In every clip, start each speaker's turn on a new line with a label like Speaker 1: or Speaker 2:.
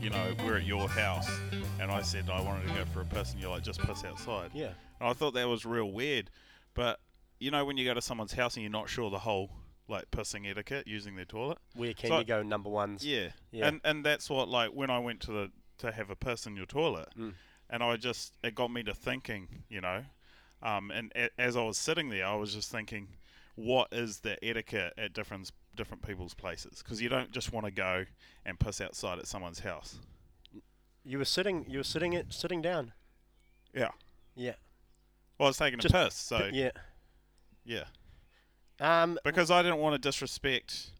Speaker 1: you know, we're at your house, and I said I wanted to go for a piss, and you're like, just piss outside.
Speaker 2: Yeah.
Speaker 1: And I thought that was real weird, but you know, when you go to someone's house and you're not sure the whole like pissing etiquette using their toilet.
Speaker 2: Where can
Speaker 1: So-
Speaker 2: you go number ones?
Speaker 1: Yeah.
Speaker 2: Yeah.
Speaker 1: And and that's what like when I went to the to have a piss in your toilet, and I just it got me to thinking, you know, um, and a, as I was sitting there, I was just thinking, what is the etiquette at different different people's places? Because you don't just want to go and piss outside at someone's house.
Speaker 2: You were sitting. You were sitting it sitting down.
Speaker 1: Yeah.
Speaker 2: Yeah.
Speaker 1: Well, I was taking
Speaker 2: Just-
Speaker 1: a piss, so yeah.
Speaker 2: Yeah. Um.
Speaker 1: Because I didn't want to disrespect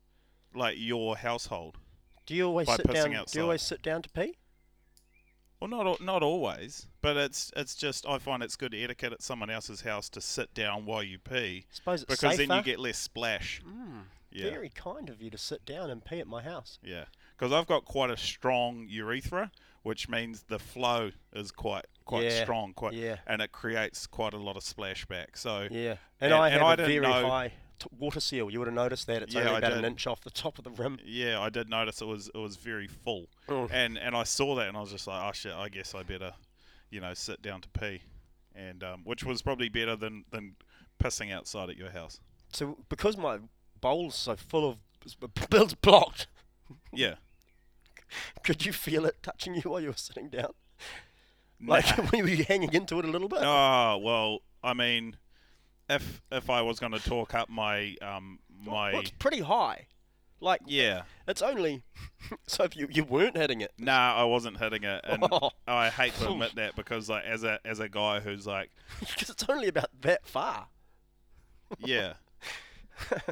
Speaker 1: like your household.
Speaker 2: Do you always
Speaker 1: By
Speaker 2: sit
Speaker 1: pissing
Speaker 2: down? Do
Speaker 1: outside.
Speaker 2: you always sit down to pee?
Speaker 1: Well, not al- not always, but it's it's just I find it's good etiquette at someone else's house to sit down while you pee.
Speaker 2: Suppose it's
Speaker 1: because then you
Speaker 2: safer. Hmm,
Speaker 1: get less splash. yeah,
Speaker 2: Very kind of you to sit down and pee at my house.
Speaker 1: yeah. Because I've got quite a strong urethra, which means the flow is quite quite
Speaker 2: Yeah,
Speaker 1: strong, quite
Speaker 2: yeah.
Speaker 1: and it creates quite a lot of splashback. So
Speaker 2: Yeah. And,
Speaker 1: And-
Speaker 2: I
Speaker 1: and
Speaker 2: have
Speaker 1: I
Speaker 2: a
Speaker 1: didn't
Speaker 2: very
Speaker 1: know-
Speaker 2: high t- water seal. You would have noticed that it's
Speaker 1: Yeah,
Speaker 2: only
Speaker 1: I
Speaker 2: about an
Speaker 1: did.
Speaker 2: inch off the top of the rim.
Speaker 1: Yeah, I did notice it was it was very full,
Speaker 2: Oh.
Speaker 1: and and I saw that and I was just like, oh shit, I guess I better, you know, sit down to pee, and um, which was probably better than than pissing outside at your house.
Speaker 2: So because my bowl's so full of bills blocked,
Speaker 1: Yeah,
Speaker 2: could you feel it touching you while you were sitting down? Like were you hanging into it a little bit?
Speaker 1: Oh well, I mean, if if I was going to talk up my um my
Speaker 2: Well, it's pretty high. Like
Speaker 1: yeah,
Speaker 2: it's only so if you you weren't hitting it.
Speaker 1: nah, I wasn't hitting it, and
Speaker 2: Oh.
Speaker 1: I hate to admit that because like as a as a guy who's like
Speaker 2: Because it's only about that far.
Speaker 1: yeah.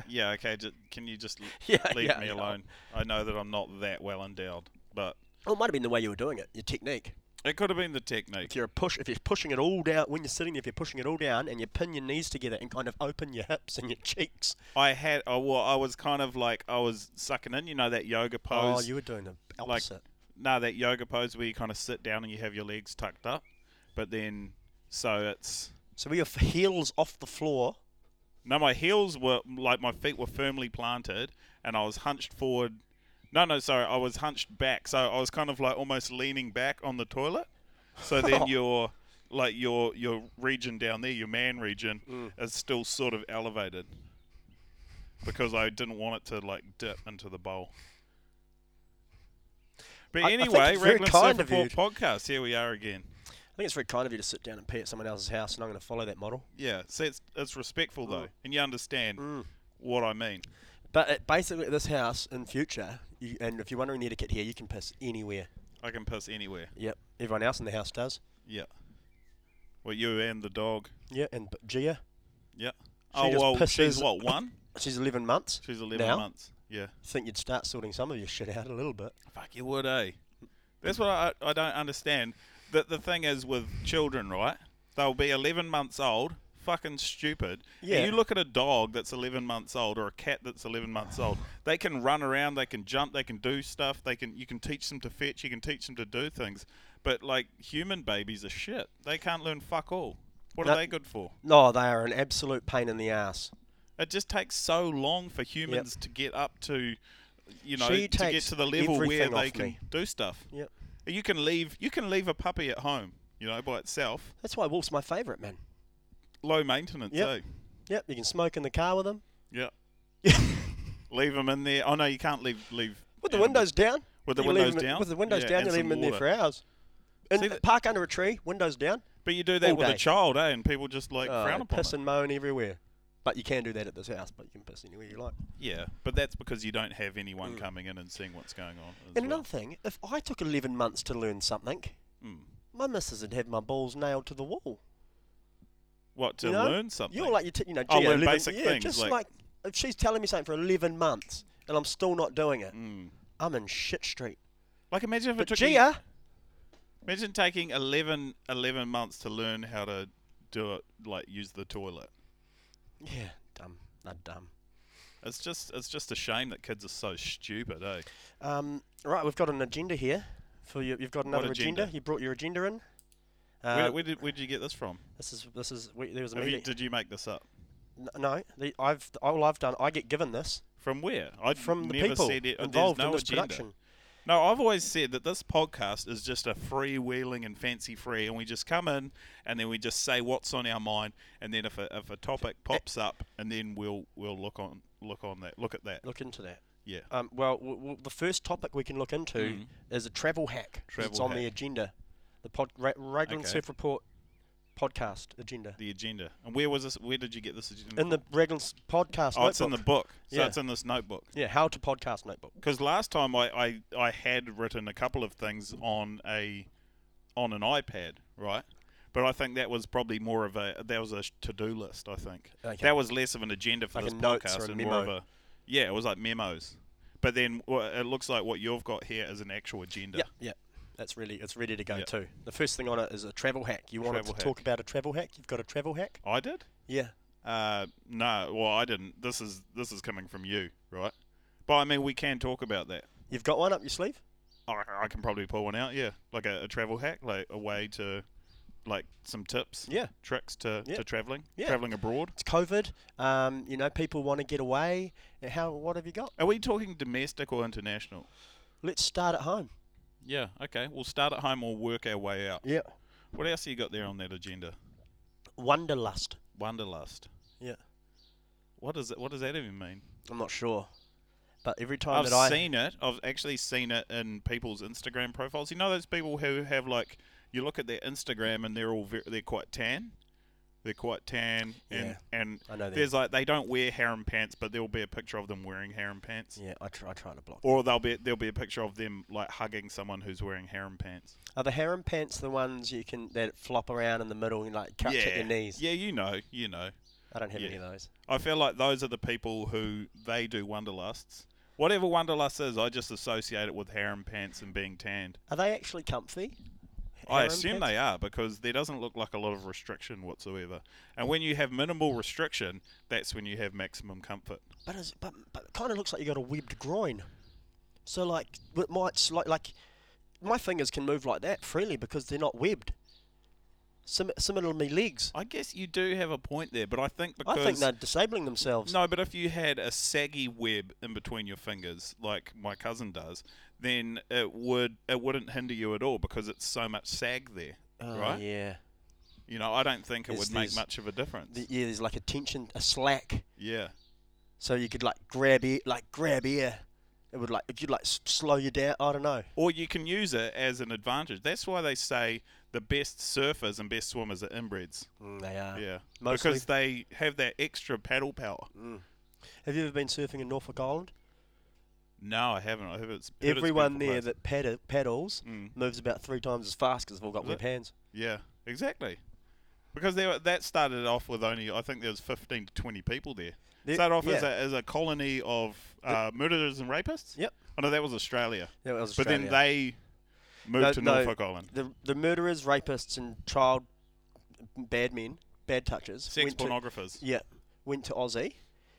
Speaker 1: yeah, okay. Just, can you just l-
Speaker 2: Yeah,
Speaker 1: leave
Speaker 2: yeah,
Speaker 1: me
Speaker 2: yeah.
Speaker 1: alone? I know that I'm not that well endowed, but
Speaker 2: Well, it might have been the way you were doing it, your technique.
Speaker 1: it could have been the technique.
Speaker 2: If you're a push, if you're pushing it all down when you're sitting there, if you're pushing it all down and you pin your knees together and kind of open your hips and your cheeks.
Speaker 1: I had, I, well, I was kind of like I was sucking in, you know, that yoga
Speaker 2: Oh,
Speaker 1: pose.
Speaker 2: you were doing the
Speaker 1: like
Speaker 2: opposite.
Speaker 1: no that yoga pose where you kind of sit down and you have your legs tucked up but then so it's
Speaker 2: so were your f- heels off the floor?
Speaker 1: no my heels were like my feet were firmly planted and i was hunched forward no no sorry i was hunched back so i was kind of like almost leaning back on the toilet so then your like your your region down there your man region
Speaker 2: Mm.
Speaker 1: is still sort of elevated because i didn't want it to like dip into the bowl but
Speaker 2: I- I think
Speaker 1: anyway,
Speaker 2: it's very
Speaker 1: Raglan
Speaker 2: kind
Speaker 1: Surfer
Speaker 2: of you.
Speaker 1: Port podcast. Here we are again.
Speaker 2: I think it's very kind of you to sit down and pee at someone else's house, and I'm going to follow that model.
Speaker 1: Yeah, see, it's, it's respectful
Speaker 2: Mm.
Speaker 1: though, and you understand what I mean.
Speaker 2: But it, basically, at this house in future, you, and if you're wondering the etiquette here, you can piss anywhere.
Speaker 1: I can piss anywhere.
Speaker 2: Yep, everyone else in the house does.
Speaker 1: Yeah. Well, you and the dog.
Speaker 2: Yeah, and but Gia,
Speaker 1: Yeah.
Speaker 2: She
Speaker 1: oh
Speaker 2: just
Speaker 1: well, she's
Speaker 2: pisses-
Speaker 1: what one?
Speaker 2: she's 11 months.
Speaker 1: She's eleven
Speaker 2: now.
Speaker 1: months. Yeah.
Speaker 2: Think you'd start sorting some of your shit out a little bit.
Speaker 1: Fuck you would, eh? That's what I, I don't understand. The the thing is with children, right? They'll be eleven months old, fucking stupid. And
Speaker 2: Yeah.
Speaker 1: you look at a dog that's eleven months old or a cat that's eleven months old. They can run around, they can jump, they can do stuff, they can you can teach them to fetch, you can teach them to do things. But like human babies are shit. They can't learn fuck all. What
Speaker 2: No.
Speaker 1: are they good for?
Speaker 2: No, they are an absolute pain in the ass.
Speaker 1: It just takes so long for humans to get up to, you know,
Speaker 2: She
Speaker 1: to get
Speaker 2: takes
Speaker 1: to the level where
Speaker 2: everything
Speaker 1: they
Speaker 2: off
Speaker 1: can
Speaker 2: me.
Speaker 1: do stuff.
Speaker 2: Yep.
Speaker 1: You can leave. You can leave a puppy at home, you know, by itself.
Speaker 2: That's why Wolf's my favourite, man.
Speaker 1: Low maintenance, eh?
Speaker 2: Yep.
Speaker 1: too.
Speaker 2: Yep, you can smoke in the car with him.
Speaker 1: Yeah. leave them in there. Oh no, you can't leave. Leave
Speaker 2: With the
Speaker 1: animals.
Speaker 2: windows down.
Speaker 1: With the
Speaker 2: You leave
Speaker 1: windows
Speaker 2: them in-
Speaker 1: down?
Speaker 2: With the windows
Speaker 1: Yeah,
Speaker 2: down,
Speaker 1: and
Speaker 2: you leave
Speaker 1: some
Speaker 2: them in there
Speaker 1: water.
Speaker 2: for hours. And
Speaker 1: See that-
Speaker 2: park under a tree, windows down.
Speaker 1: But you do that
Speaker 2: all
Speaker 1: with
Speaker 2: day.
Speaker 1: a child, eh? And people just like
Speaker 2: Oh,
Speaker 1: frown upon
Speaker 2: piss
Speaker 1: it.
Speaker 2: and moan everywhere. But you can do that at this house, but you can piss anywhere you like.
Speaker 1: Yeah, but that's because you don't have anyone
Speaker 2: Mm.
Speaker 1: coming in and seeing what's going on. as
Speaker 2: And
Speaker 1: well.
Speaker 2: another thing, if I took 11 months to learn something,
Speaker 1: Mm.
Speaker 2: my missus would have my balls nailed to the wall.
Speaker 1: What to
Speaker 2: you know?
Speaker 1: learn something?
Speaker 2: You're like, you, t- you know,
Speaker 1: I'll
Speaker 2: gee,
Speaker 1: learn
Speaker 2: 11
Speaker 1: basic
Speaker 2: yeah,
Speaker 1: things,
Speaker 2: just
Speaker 1: like-
Speaker 2: like, if she's telling me something for 11 months and I'm still not doing it, I'm in shit street.
Speaker 1: Mm. Like, imagine if it
Speaker 2: But
Speaker 1: took you-
Speaker 2: Gia,
Speaker 1: Imagine taking 11, 11 months to learn how to do it, like use the toilet.
Speaker 2: yeah, dumb, not dumb.
Speaker 1: It's just, it's just a shame that kids are so stupid, eh?
Speaker 2: Um, right, we've got an agenda here. For you, you've got another agenda?
Speaker 1: agenda?
Speaker 2: You brought your agenda in.
Speaker 1: Where,
Speaker 2: Uh,
Speaker 1: where did, where did you get this from?
Speaker 2: this is this is we, there was a
Speaker 1: Have you-
Speaker 2: meeting.
Speaker 1: did you make this up?
Speaker 2: N- no, the, I've all I've done. I get given this
Speaker 1: From where? I
Speaker 2: from the
Speaker 1: never
Speaker 2: people
Speaker 1: said it. uh, there's
Speaker 2: involved
Speaker 1: no
Speaker 2: in this
Speaker 1: agenda.
Speaker 2: production.
Speaker 1: No, I've always said that this podcast is just a freewheeling and fancy free, and we just come in and then we just say what's on our mind, and then if a, if a topic
Speaker 2: Eh.
Speaker 1: pops up, and then we'll we'll look on look on that look at that.
Speaker 2: Look into that.
Speaker 1: Yeah.
Speaker 2: Um, well, w- w- the first topic we can look into is a travel hack. 'cause it's
Speaker 1: Hmm. Travel
Speaker 2: on the
Speaker 1: hack.
Speaker 2: agenda. The pod, Ra- Raglan
Speaker 1: Okay.
Speaker 2: Surf Report podcast agenda.
Speaker 1: the agenda. And where was this? Where did you get this agenda?
Speaker 2: in the Raglan's podcast
Speaker 1: oh, it's in the
Speaker 2: notebook.
Speaker 1: book. So
Speaker 2: Yeah.
Speaker 1: it's in this notebook.
Speaker 2: yeah, how to podcast notebook.
Speaker 1: Because last time I, I, I had written a couple of things on a on an iPad, right? But I think that was probably more of a that was a to do list. I think
Speaker 2: Okay.
Speaker 1: that was less of an agenda for
Speaker 2: Like a
Speaker 1: this
Speaker 2: notes
Speaker 1: podcast
Speaker 2: or a
Speaker 1: and more of
Speaker 2: memo.
Speaker 1: a yeah, it was like memos. But then wha- it looks like what you've got here is an actual agenda.
Speaker 2: Yeah, yeah. That's really it's ready to go
Speaker 1: Yeah.
Speaker 2: too. The first thing on it is a travel hack. You wanted
Speaker 1: Travel
Speaker 2: to talk about a travel hack? You've got a travel hack?
Speaker 1: I did.
Speaker 2: Yeah.
Speaker 1: Uh, no, well I didn't. This is this is coming from you, right? But I mean, we can talk about that.
Speaker 2: You've got one up your sleeve?
Speaker 1: I, I can probably pull one out. Yeah, like a, a travel hack, like a way to, like some tips.
Speaker 2: Yeah.
Speaker 1: tricks to,
Speaker 2: Yeah.
Speaker 1: to traveling,
Speaker 2: Yeah.
Speaker 1: traveling abroad.
Speaker 2: It's COVID. Um, you know, people want to get away. Uh, How what have you got?
Speaker 1: Are we talking domestic or international?
Speaker 2: Let's start at home.
Speaker 1: Yeah, okay. We'll start at home or work our way out.
Speaker 2: Yeah.
Speaker 1: What else have you got there on that agenda?
Speaker 2: Wonderlust.
Speaker 1: Wanderlust.
Speaker 2: Yeah.
Speaker 1: What does it, what does that even mean?
Speaker 2: I'm not sure. But every time
Speaker 1: I've
Speaker 2: that I
Speaker 1: seen it. I've actually seen it in people's Instagram profiles. You know those people who have like you look at their Instagram and they're all ver- they're quite tan. They're quite tan and
Speaker 2: Yeah.
Speaker 1: and
Speaker 2: I know them.
Speaker 1: there's like they don't wear harem pants, but there will be a picture of them wearing harem pants.
Speaker 2: Yeah, I try, I try to block.
Speaker 1: Or there'll be there'll be a picture of them like hugging someone who's wearing harem pants.
Speaker 2: Are the harem pants the ones you can that flop around in the middle and like catch at your knees?
Speaker 1: Yeah, you know, you know.
Speaker 2: I don't have
Speaker 1: yeah.
Speaker 2: any of those.
Speaker 1: I feel like those are the people who they do wanderlusts. Whatever wanderlust is, I just associate it with harem pants and being tanned.
Speaker 2: Are they actually comfy?
Speaker 1: I assume they are because there doesn't look like a lot of restriction whatsoever. And when you have minimal restriction, that's when you have maximum comfort.
Speaker 2: But is, but but it kind of looks like you got a webbed groin. So like it might s- like like my fingers can move like that freely because they're not webbed. Sim- similar to me legs.
Speaker 1: I guess you do have a point there, but I think
Speaker 2: I
Speaker 1: because
Speaker 2: think they're disabling themselves.
Speaker 1: No, but if you had a saggy web in between your fingers, like my cousin does, then it would it wouldn't hinder you at all because it's so much sag there,
Speaker 2: Oh,
Speaker 1: right?
Speaker 2: Yeah.
Speaker 1: You know, I don't think it
Speaker 2: There's-
Speaker 1: would make
Speaker 2: there's-
Speaker 1: much of a difference.
Speaker 2: The, yeah. There's like a tension, a slack.
Speaker 1: yeah,
Speaker 2: So you could like grab air, like grab air. It would like it could like s- slow you down. I don't know.
Speaker 1: or you can use it as an advantage. That's why they say the best surfers and best swimmers are inbreds.
Speaker 2: Mm, they are.
Speaker 1: Yeah,
Speaker 2: Mostly.
Speaker 1: because they have that extra paddle power.
Speaker 2: Have you ever been surfing in Norfolk Island?
Speaker 1: No, I haven't. I have it's heard it's a
Speaker 2: Everyone
Speaker 1: beautiful
Speaker 2: there
Speaker 1: place.
Speaker 2: that paddle, paddles
Speaker 1: Mm.
Speaker 2: moves about three times as fast because they've all got
Speaker 1: Is
Speaker 2: web
Speaker 1: it?
Speaker 2: hands.
Speaker 1: Yeah, exactly. Because they were, that started off with only I think there was fifteen to twenty people there.
Speaker 2: There-
Speaker 1: started off as, a,
Speaker 2: yeah.
Speaker 1: as a colony of uh, murderers and rapists.
Speaker 2: Yep.
Speaker 1: Oh no, that was Australia.
Speaker 2: That was
Speaker 1: But then
Speaker 2: Australia.
Speaker 1: they moved
Speaker 2: No,
Speaker 1: to
Speaker 2: no,
Speaker 1: Norfolk Island.
Speaker 2: the the murderers, rapists, and child bad men, bad touches.
Speaker 1: Sex
Speaker 2: went to,
Speaker 1: pornographers.
Speaker 2: yeah, went to Aussie,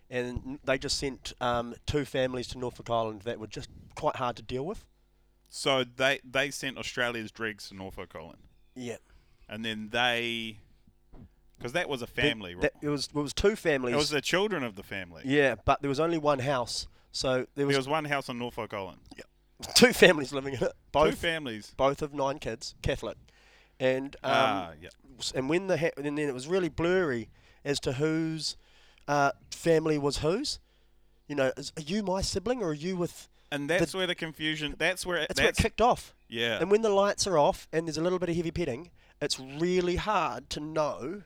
Speaker 2: and they just sent um, two families to Norfolk Island that were just quite hard to deal with.
Speaker 1: So they they sent Australia's dregs to Norfolk Island,
Speaker 2: Yeah,
Speaker 1: and then they because that was a
Speaker 2: Th-
Speaker 1: family. right?
Speaker 2: that- it was it was two families.
Speaker 1: it was the children of the family.
Speaker 2: yeah, but there was only one house, so there was,
Speaker 1: There was one house on Norfolk Island.
Speaker 2: two families living in it.
Speaker 1: Two
Speaker 2: Both
Speaker 1: families.
Speaker 2: both of nine kids, Catholic, and um,
Speaker 1: ah, yeah.
Speaker 2: s- and when the ha- and then it was really blurry as to whose uh, family was whose. You know, is, are you my sibling or are you with?
Speaker 1: And that's where the confusion. That's where.
Speaker 2: That's, where it
Speaker 1: that's
Speaker 2: kicked off.
Speaker 1: yeah.
Speaker 2: And when the lights are off and there's a little bit of heavy petting, it's really hard to know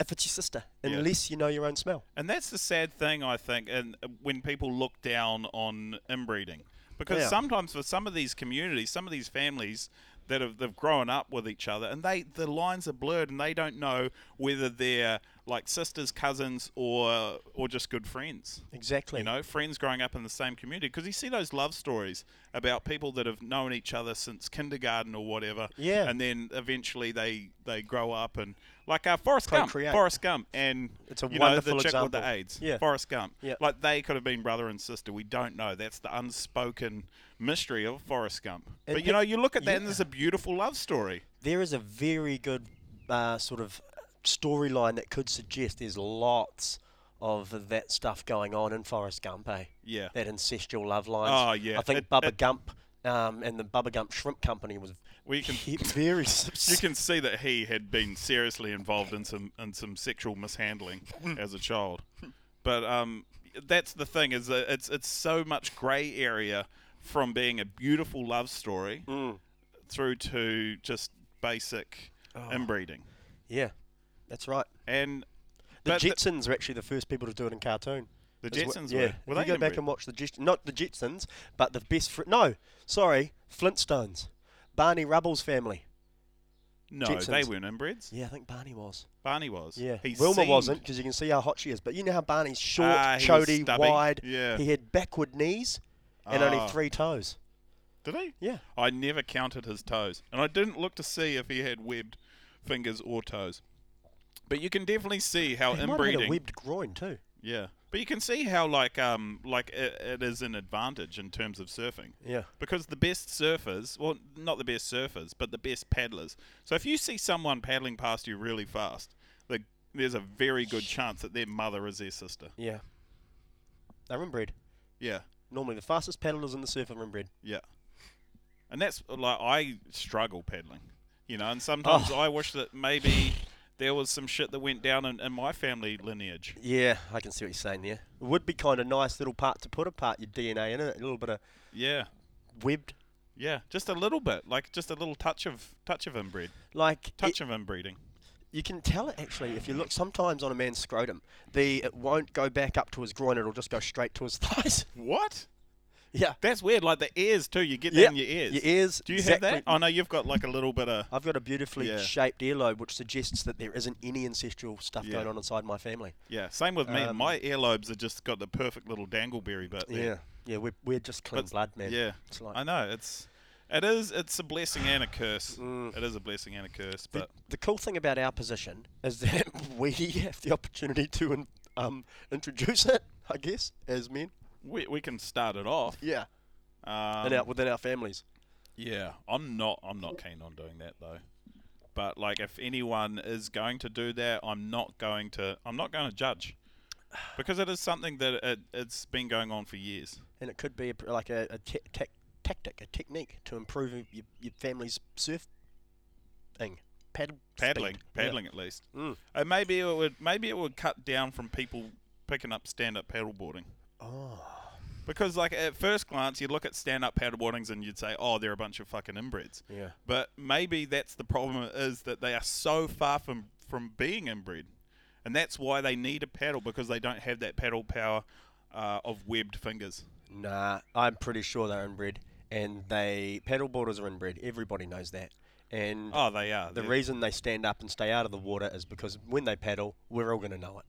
Speaker 2: if it's your sister
Speaker 1: Yeah.
Speaker 2: unless you know your own smell.
Speaker 1: And that's the sad thing, I think, and uh, when people look down on inbreeding, because
Speaker 2: Yeah.
Speaker 1: sometimes for some of these communities, some of these families that have they've grown up with each other, and they the lines are blurred, and they don't know whether they're like sisters, cousins, or or just good friends.
Speaker 2: Exactly.
Speaker 1: You know, friends growing up in the same community, because you see those love stories about people that have known each other since kindergarten or whatever.
Speaker 2: Yeah.
Speaker 1: And then eventually they they grow up and like uh, Forrest Gump,
Speaker 2: Procreate.
Speaker 1: Forrest Gump, and
Speaker 2: It's a
Speaker 1: you
Speaker 2: wonderful
Speaker 1: know, the chick with
Speaker 2: example.
Speaker 1: the AIDS,
Speaker 2: Yeah.
Speaker 1: Forrest Gump.
Speaker 2: Yeah.
Speaker 1: Like they could have been brother and sister. We don't know. That's the unspoken mystery of Forrest Gump.
Speaker 2: And
Speaker 1: but you
Speaker 2: pe-
Speaker 1: know, you look at that and
Speaker 2: yeah.
Speaker 1: there's a beautiful love story.
Speaker 2: There is a very good uh, sort of storyline that could suggest there's lots of that stuff going on in Forrest Gump, eh?
Speaker 1: Yeah.
Speaker 2: That incestual love lines.
Speaker 1: Oh, yeah.
Speaker 2: I think
Speaker 1: It-
Speaker 2: Bubba
Speaker 1: it-
Speaker 2: Gump um, and the Bubba Gump Shrimp Company was
Speaker 1: We can
Speaker 2: very
Speaker 1: you can see that he had been seriously involved in some in some sexual mishandling as a child. But um, that's the thing is that it's it's so much grey area from being a beautiful love story
Speaker 2: Mm.
Speaker 1: through to just basic
Speaker 2: Oh.
Speaker 1: inbreeding.
Speaker 2: yeah, that's right.
Speaker 1: And
Speaker 2: The
Speaker 1: but the-
Speaker 2: Jetsons were actually the first people to do it in cartoon.
Speaker 1: The
Speaker 2: As well-
Speaker 1: Jetsons
Speaker 2: yeah.
Speaker 1: were. Were
Speaker 2: if
Speaker 1: they
Speaker 2: you go back
Speaker 1: inbred?
Speaker 2: and watch the Jetsons, not the Jetsons, but the best friend. No, sorry, Flintstones. Barney Rubble's family.
Speaker 1: no, they
Speaker 2: Jetsons.
Speaker 1: weren't inbreds.
Speaker 2: Yeah, I think Barney was.
Speaker 1: Barney was.
Speaker 2: Yeah,
Speaker 1: He
Speaker 2: Wilma
Speaker 1: seemed-
Speaker 2: wasn't because you can see how hot she is. But you know how Barney's short,
Speaker 1: Ah, he was
Speaker 2: chody,
Speaker 1: stubby.
Speaker 2: wide.
Speaker 1: Yeah.
Speaker 2: He had backward knees and
Speaker 1: Ah.
Speaker 2: only three toes.
Speaker 1: Did he?
Speaker 2: Yeah.
Speaker 1: I never counted his toes, and I didn't look to see if he had webbed fingers or toes. But you can definitely see how
Speaker 2: He might have had a
Speaker 1: inbreeding.
Speaker 2: webbed groin too.
Speaker 1: Yeah, but you can see how like um like it, it is an advantage in terms of surfing.
Speaker 2: Yeah.
Speaker 1: Because the best surfers, well, not the best surfers, but the best paddlers. So if you see someone paddling past you really fast, the, there's a very good chance that their mother is their sister.
Speaker 2: Yeah. They're inbred.
Speaker 1: Yeah,
Speaker 2: Normally, the fastest paddlers in the surf are inbred.
Speaker 1: yeah. And that's like I struggle paddling, you know. And sometimes
Speaker 2: Oh.
Speaker 1: I wish that maybe there was some shit that went down in, in my family lineage.
Speaker 2: Yeah, I can see what you're saying there. It would be kind of nice little part to put apart your DNA in it, a little bit of
Speaker 1: Yeah,
Speaker 2: webbed,
Speaker 1: yeah. Just a little bit, like just a little touch of touch of inbred,
Speaker 2: like it-
Speaker 1: touch of inbreeding.
Speaker 2: You can tell it actually if you look sometimes on a man's scrotum. The it won't go back up to his groin; it'll just go straight to his thighs.
Speaker 1: What?
Speaker 2: yeah.
Speaker 1: That's weird. Like the ears too. You get
Speaker 2: Yeah,
Speaker 1: that in your ears.
Speaker 2: your ears,
Speaker 1: Do you have that?
Speaker 2: exactly. Uh,
Speaker 1: Oh no, you've got like a little bit of.
Speaker 2: I've got a beautifully
Speaker 1: Yeah.
Speaker 2: shaped earlobe, which suggests that there isn't any ancestral stuff
Speaker 1: Yeah.
Speaker 2: going on inside my family.
Speaker 1: Yeah. Same with me.
Speaker 2: Um,
Speaker 1: My earlobes have just got the perfect little dangleberry bit. There.
Speaker 2: Yeah, yeah, we're, we're just clean
Speaker 1: But-
Speaker 2: blood, man.
Speaker 1: Yeah.
Speaker 2: it's like
Speaker 1: I know. It's. It is. It's a blessing and a curse.
Speaker 2: Mm.
Speaker 1: It is a blessing and a curse.
Speaker 2: the,
Speaker 1: But
Speaker 2: the cool thing about our position is that we have the opportunity to in, um, introduce it, I guess, as men.
Speaker 1: we we can start it off.
Speaker 2: Yeah,
Speaker 1: Um,
Speaker 2: and out within our families.
Speaker 1: Yeah, I'm not. I'm not keen on doing that though. But like, if anyone is going to do that, I'm not going to. I'm not going to judge, because it is something that it, it's been going on for years.
Speaker 2: and it could be a, pr- like a, a te- tec- tactic, a technique to improve y- your, your family's surf thing, paddle
Speaker 1: Paddling,
Speaker 2: speed. Yeah.
Speaker 1: paddling at least.
Speaker 2: Mm.
Speaker 1: Uh, maybe it would. Maybe it would cut down from people picking up stand-up paddleboarding.
Speaker 2: Oh,
Speaker 1: Because like at first glance, you look at stand-up paddleboardings and you'd say, "Oh, they're a bunch of fucking inbreds."
Speaker 2: yeah,
Speaker 1: But maybe that's the problem is that they are so far from from being inbred, and that's why they need a paddle because they don't have that paddle power uh, of webbed fingers.
Speaker 2: nah, I'm pretty sure they're inbred, and they paddleboarders are inbred. Everybody knows that, and
Speaker 1: Oh, they are.
Speaker 2: the
Speaker 1: They're-
Speaker 2: reason they stand up and stay out of the water is because when they paddle, we're all going to know it.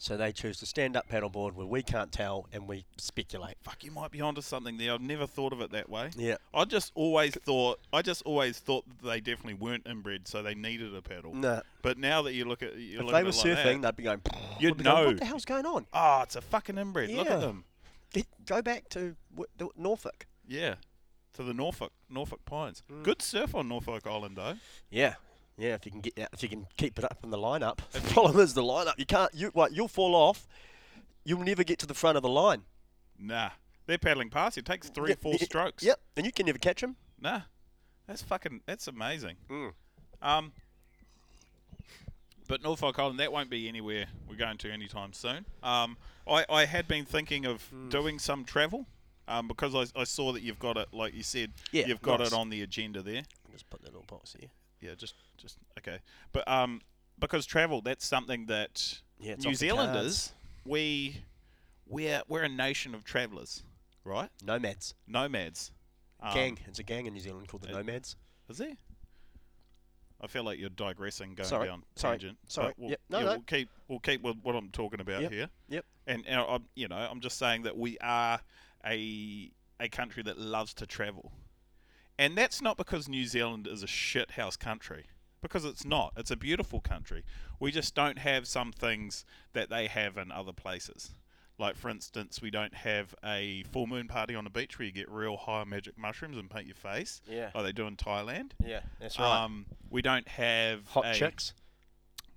Speaker 2: So they choose to stand up paddleboard where we can't tell and we speculate.
Speaker 1: fuck, you might be onto something there. I've never thought of it that way.
Speaker 2: Yeah.
Speaker 1: I just always thought. I just always thought that they definitely weren't inbred, so they needed a paddle.
Speaker 2: Nah.
Speaker 1: But now that you look at you
Speaker 2: If
Speaker 1: look
Speaker 2: they
Speaker 1: at
Speaker 2: were
Speaker 1: it like
Speaker 2: surfing,
Speaker 1: that,
Speaker 2: they'd be going.
Speaker 1: You'd
Speaker 2: we'd be going,
Speaker 1: know.
Speaker 2: what the hell's going on.
Speaker 1: oh, it's a fucking inbred. Look
Speaker 2: Yeah.
Speaker 1: at them.
Speaker 2: Get, go back to w- the Norfolk.
Speaker 1: Yeah. To the Norfolk Norfolk Pines.
Speaker 2: Mm.
Speaker 1: Good surf on Norfolk Island though.
Speaker 2: Yeah, yeah. If you can get that, if you can keep it up in the lineup. The problem is the lineup. You can't. You like you'll fall off. You'll never get to the front of the line.
Speaker 1: Nah. They're paddling past you. It takes three,
Speaker 2: Yep,
Speaker 1: four
Speaker 2: y-
Speaker 1: strokes.
Speaker 2: Yep, and you can never catch them.
Speaker 1: Nah, that's fucking that's amazing.
Speaker 2: Mm.
Speaker 1: Um, but Norfolk Island that won't be anywhere we're going to anytime soon. Um, I I had been thinking of
Speaker 2: Mm.
Speaker 1: doing some travel. Um, because I, I saw that you've got it, like you said,
Speaker 2: Yeah,
Speaker 1: you've got
Speaker 2: nice.
Speaker 1: it on the agenda there.
Speaker 2: Just put that little box here.
Speaker 1: Yeah, just just okay. But um, because travel, that's something that
Speaker 2: Yeah, it's
Speaker 1: New
Speaker 2: off the
Speaker 1: Zealanders we we're we're a nation of travellers, right?
Speaker 2: Nomads
Speaker 1: Nomads. Um,
Speaker 2: gang. It's a gang in New Zealand called the
Speaker 1: it-
Speaker 2: Nomads.
Speaker 1: Is there? I feel like you're digressing, going
Speaker 2: Sorry,
Speaker 1: down
Speaker 2: sorry,
Speaker 1: tangent. but
Speaker 2: sorry,
Speaker 1: We'll,
Speaker 2: yep, no,
Speaker 1: yeah,
Speaker 2: no.
Speaker 1: we'll keep we'll keep with what I'm talking about
Speaker 2: Yep,
Speaker 1: here.
Speaker 2: yep.
Speaker 1: And, and I'm, you know, I'm just saying that we are a a country that loves to travel, and that's not because New Zealand is a shit house country. Because it's not. It's a beautiful country. We just don't have some things that they have in other places. Like, for instance, we don't have a full moon party on the beach where you get real high magic mushrooms and paint your face.
Speaker 2: Yeah.
Speaker 1: Like they do in Thailand.
Speaker 2: Yeah, that's
Speaker 1: Um, we don't have
Speaker 2: Hot
Speaker 1: a-
Speaker 2: chicks.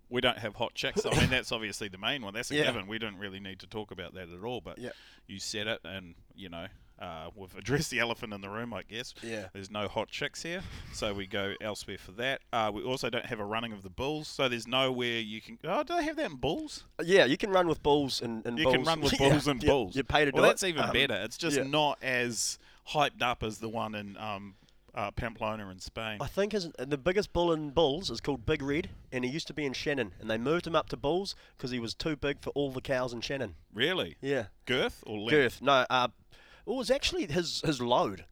Speaker 1: We don't have hot chicks. I mean, that's obviously the main one. That's a
Speaker 2: Yeah.
Speaker 1: given. We don't really need to talk about that at all. But
Speaker 2: Yeah.
Speaker 1: you said it, and you know, uh, we've addressed the elephant in the room, I guess.
Speaker 2: Yeah.
Speaker 1: There's no hot chicks here, so we go elsewhere for that. Uh, we also don't have a running of the bulls, so there's nowhere you can. Oh, do they have that in bulls?
Speaker 2: Uh, Yeah, you can run with balls and, and
Speaker 1: You
Speaker 2: balls.
Speaker 1: can run with
Speaker 2: Yeah,
Speaker 1: bulls and
Speaker 2: yeah,
Speaker 1: bulls.
Speaker 2: You pay to
Speaker 1: well,
Speaker 2: do
Speaker 1: that's
Speaker 2: it.
Speaker 1: even
Speaker 2: Um,
Speaker 1: better. It's just
Speaker 2: yeah.
Speaker 1: not as hyped up as the one in um, uh, Pamplona in Spain.
Speaker 2: I think his, the biggest bull in bulls is called Big Red, and he used to be in Shannon, and they moved him up to bulls because he was too big for all the cows in Shannon.
Speaker 1: Really?
Speaker 2: Yeah.
Speaker 1: Girth or length?
Speaker 2: Girth. No, uh, it was actually his his load